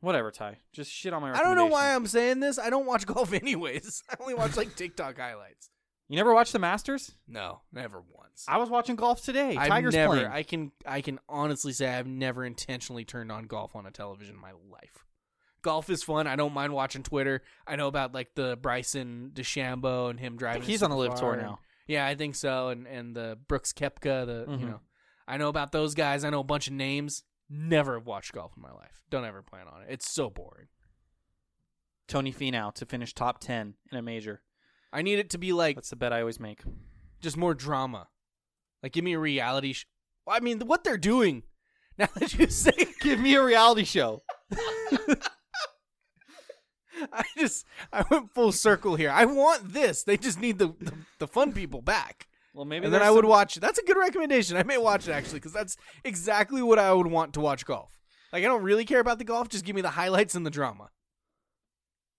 S1: Whatever, Ty. Just shit on my.
S2: I don't know why
S1: recommendations.
S2: I'm saying this. I don't watch golf anyways. I only watch like TikTok highlights.
S1: You never watched the Masters?
S2: No, never once.
S1: I was watching golf today.
S2: I've
S1: Tiger's
S2: never,
S1: playing.
S2: I can I can honestly say I've never intentionally turned on golf on a television in my life. Golf is fun. I don't mind watching Twitter. I know about like the Bryson DeChambeau and him driving.
S1: he's on the
S2: super
S1: Live
S2: far,
S1: Tour
S2: and-
S1: now.
S2: Yeah, I think so. And and the Brooks Kepka, the
S1: Mhm.
S2: you know, I know about those guys. I know a bunch of names. Never have watched golf in my life. Don't ever plan on it. It's so boring.
S1: Tony Finau to finish top ten in a major.
S2: I need it to be like
S1: That's the bet I always make.
S2: just more drama. Like give me a reality. Sh- I mean, what they're doing. Now that you say it,
S1: Give me a reality show.
S2: I just I went full circle here. I want this. They just need the the, the fun people back.
S1: Well, maybe
S2: and then
S1: there's
S2: I would
S1: some-
S2: watch. That's a good recommendation. I may watch it actually because that's exactly what I would want to watch golf. Like I don't really care about the golf. Just give me the highlights and the drama.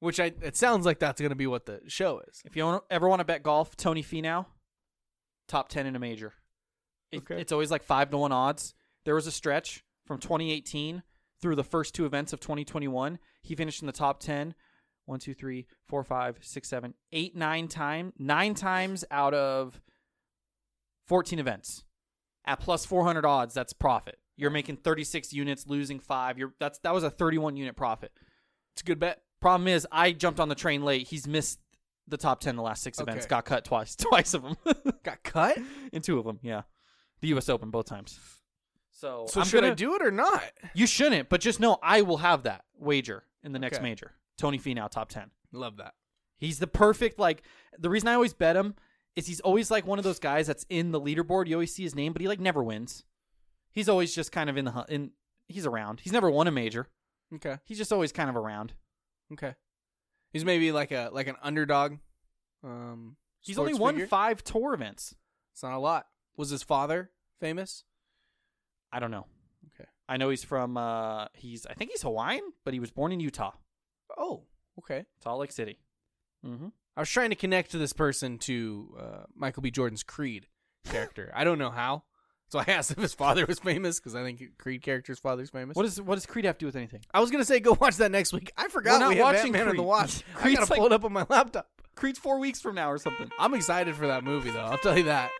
S2: Which I it sounds like that's gonna be what the show is.
S1: If you wanna- ever want to bet golf, Tony Finau, top ten in a major. It-
S2: Okay.
S1: It's always like five to one odds. There was a stretch from 2018 through the first two events of 2021. He finished in the top ten. One, two, three, four, five, six, seven, eight, nine time, nine times out of 14 events. At plus 400 odds, that's profit. You're making 36 units, losing five. You're that's that was a 31 unit profit.
S2: It's a good bet.
S1: Problem is, I jumped on the train late. He's missed the top ten the last six
S2: Okay.
S1: events. Got cut twice, twice of them,
S2: Got cut.
S1: in two of them. Yeah, the U.S. Open both times. So, Oh,
S2: So
S1: I'm
S2: should
S1: gonna,
S2: I do it or not?
S1: You shouldn't, but just know I will have that wager in the next
S2: Okay.
S1: major. Tony Finau top ten.
S2: Love that.
S1: He's the perfect like. The reason I always bet him is he's always like one of those guys that's in the leaderboard. You always see his name, but he like never wins. He's always just kind of in the hu- in. He's around. He's never won a major.
S2: Okay.
S1: He's just always kind of around.
S2: Okay. He's maybe like a like an underdog. Um,
S1: He's
S2: sports
S1: only won
S2: figure.
S1: five tour events.
S2: It's not a lot. Was his father famous?
S1: I don't know.
S2: Okay.
S1: I know he's from uh he's I think he's Hawaiian, but he was born in Utah,
S2: Oh, okay.
S1: Salt Lake City. Mm-hmm.
S2: I was trying to connect this person to uh, Michael B. Jordan's Creed character. I don't know how, so I asked if his father was famous because I think Creed character's father's famous.
S1: What does what does Creed have to do with anything?
S2: I was gonna say go watch that next week. I
S1: We're
S2: forgot
S1: not
S2: we had
S1: watching
S2: Batman on the
S1: Creed.
S2: watch. I
S1: Creed's
S2: gotta
S1: like-
S2: pull it up on my laptop.
S1: Creed's four weeks from now or something.
S2: I'm excited for that movie though. I'll tell you that.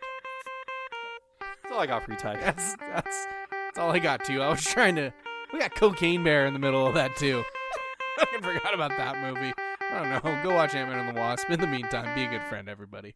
S1: That's all I got for you, Ty.
S2: That's that's that's all I got to. I was trying to. We got Cocaine Bear in the middle of that too. I forgot about that movie. I don't know. Go watch Ant Man and the Wasp. In the meantime, be a good friend, everybody.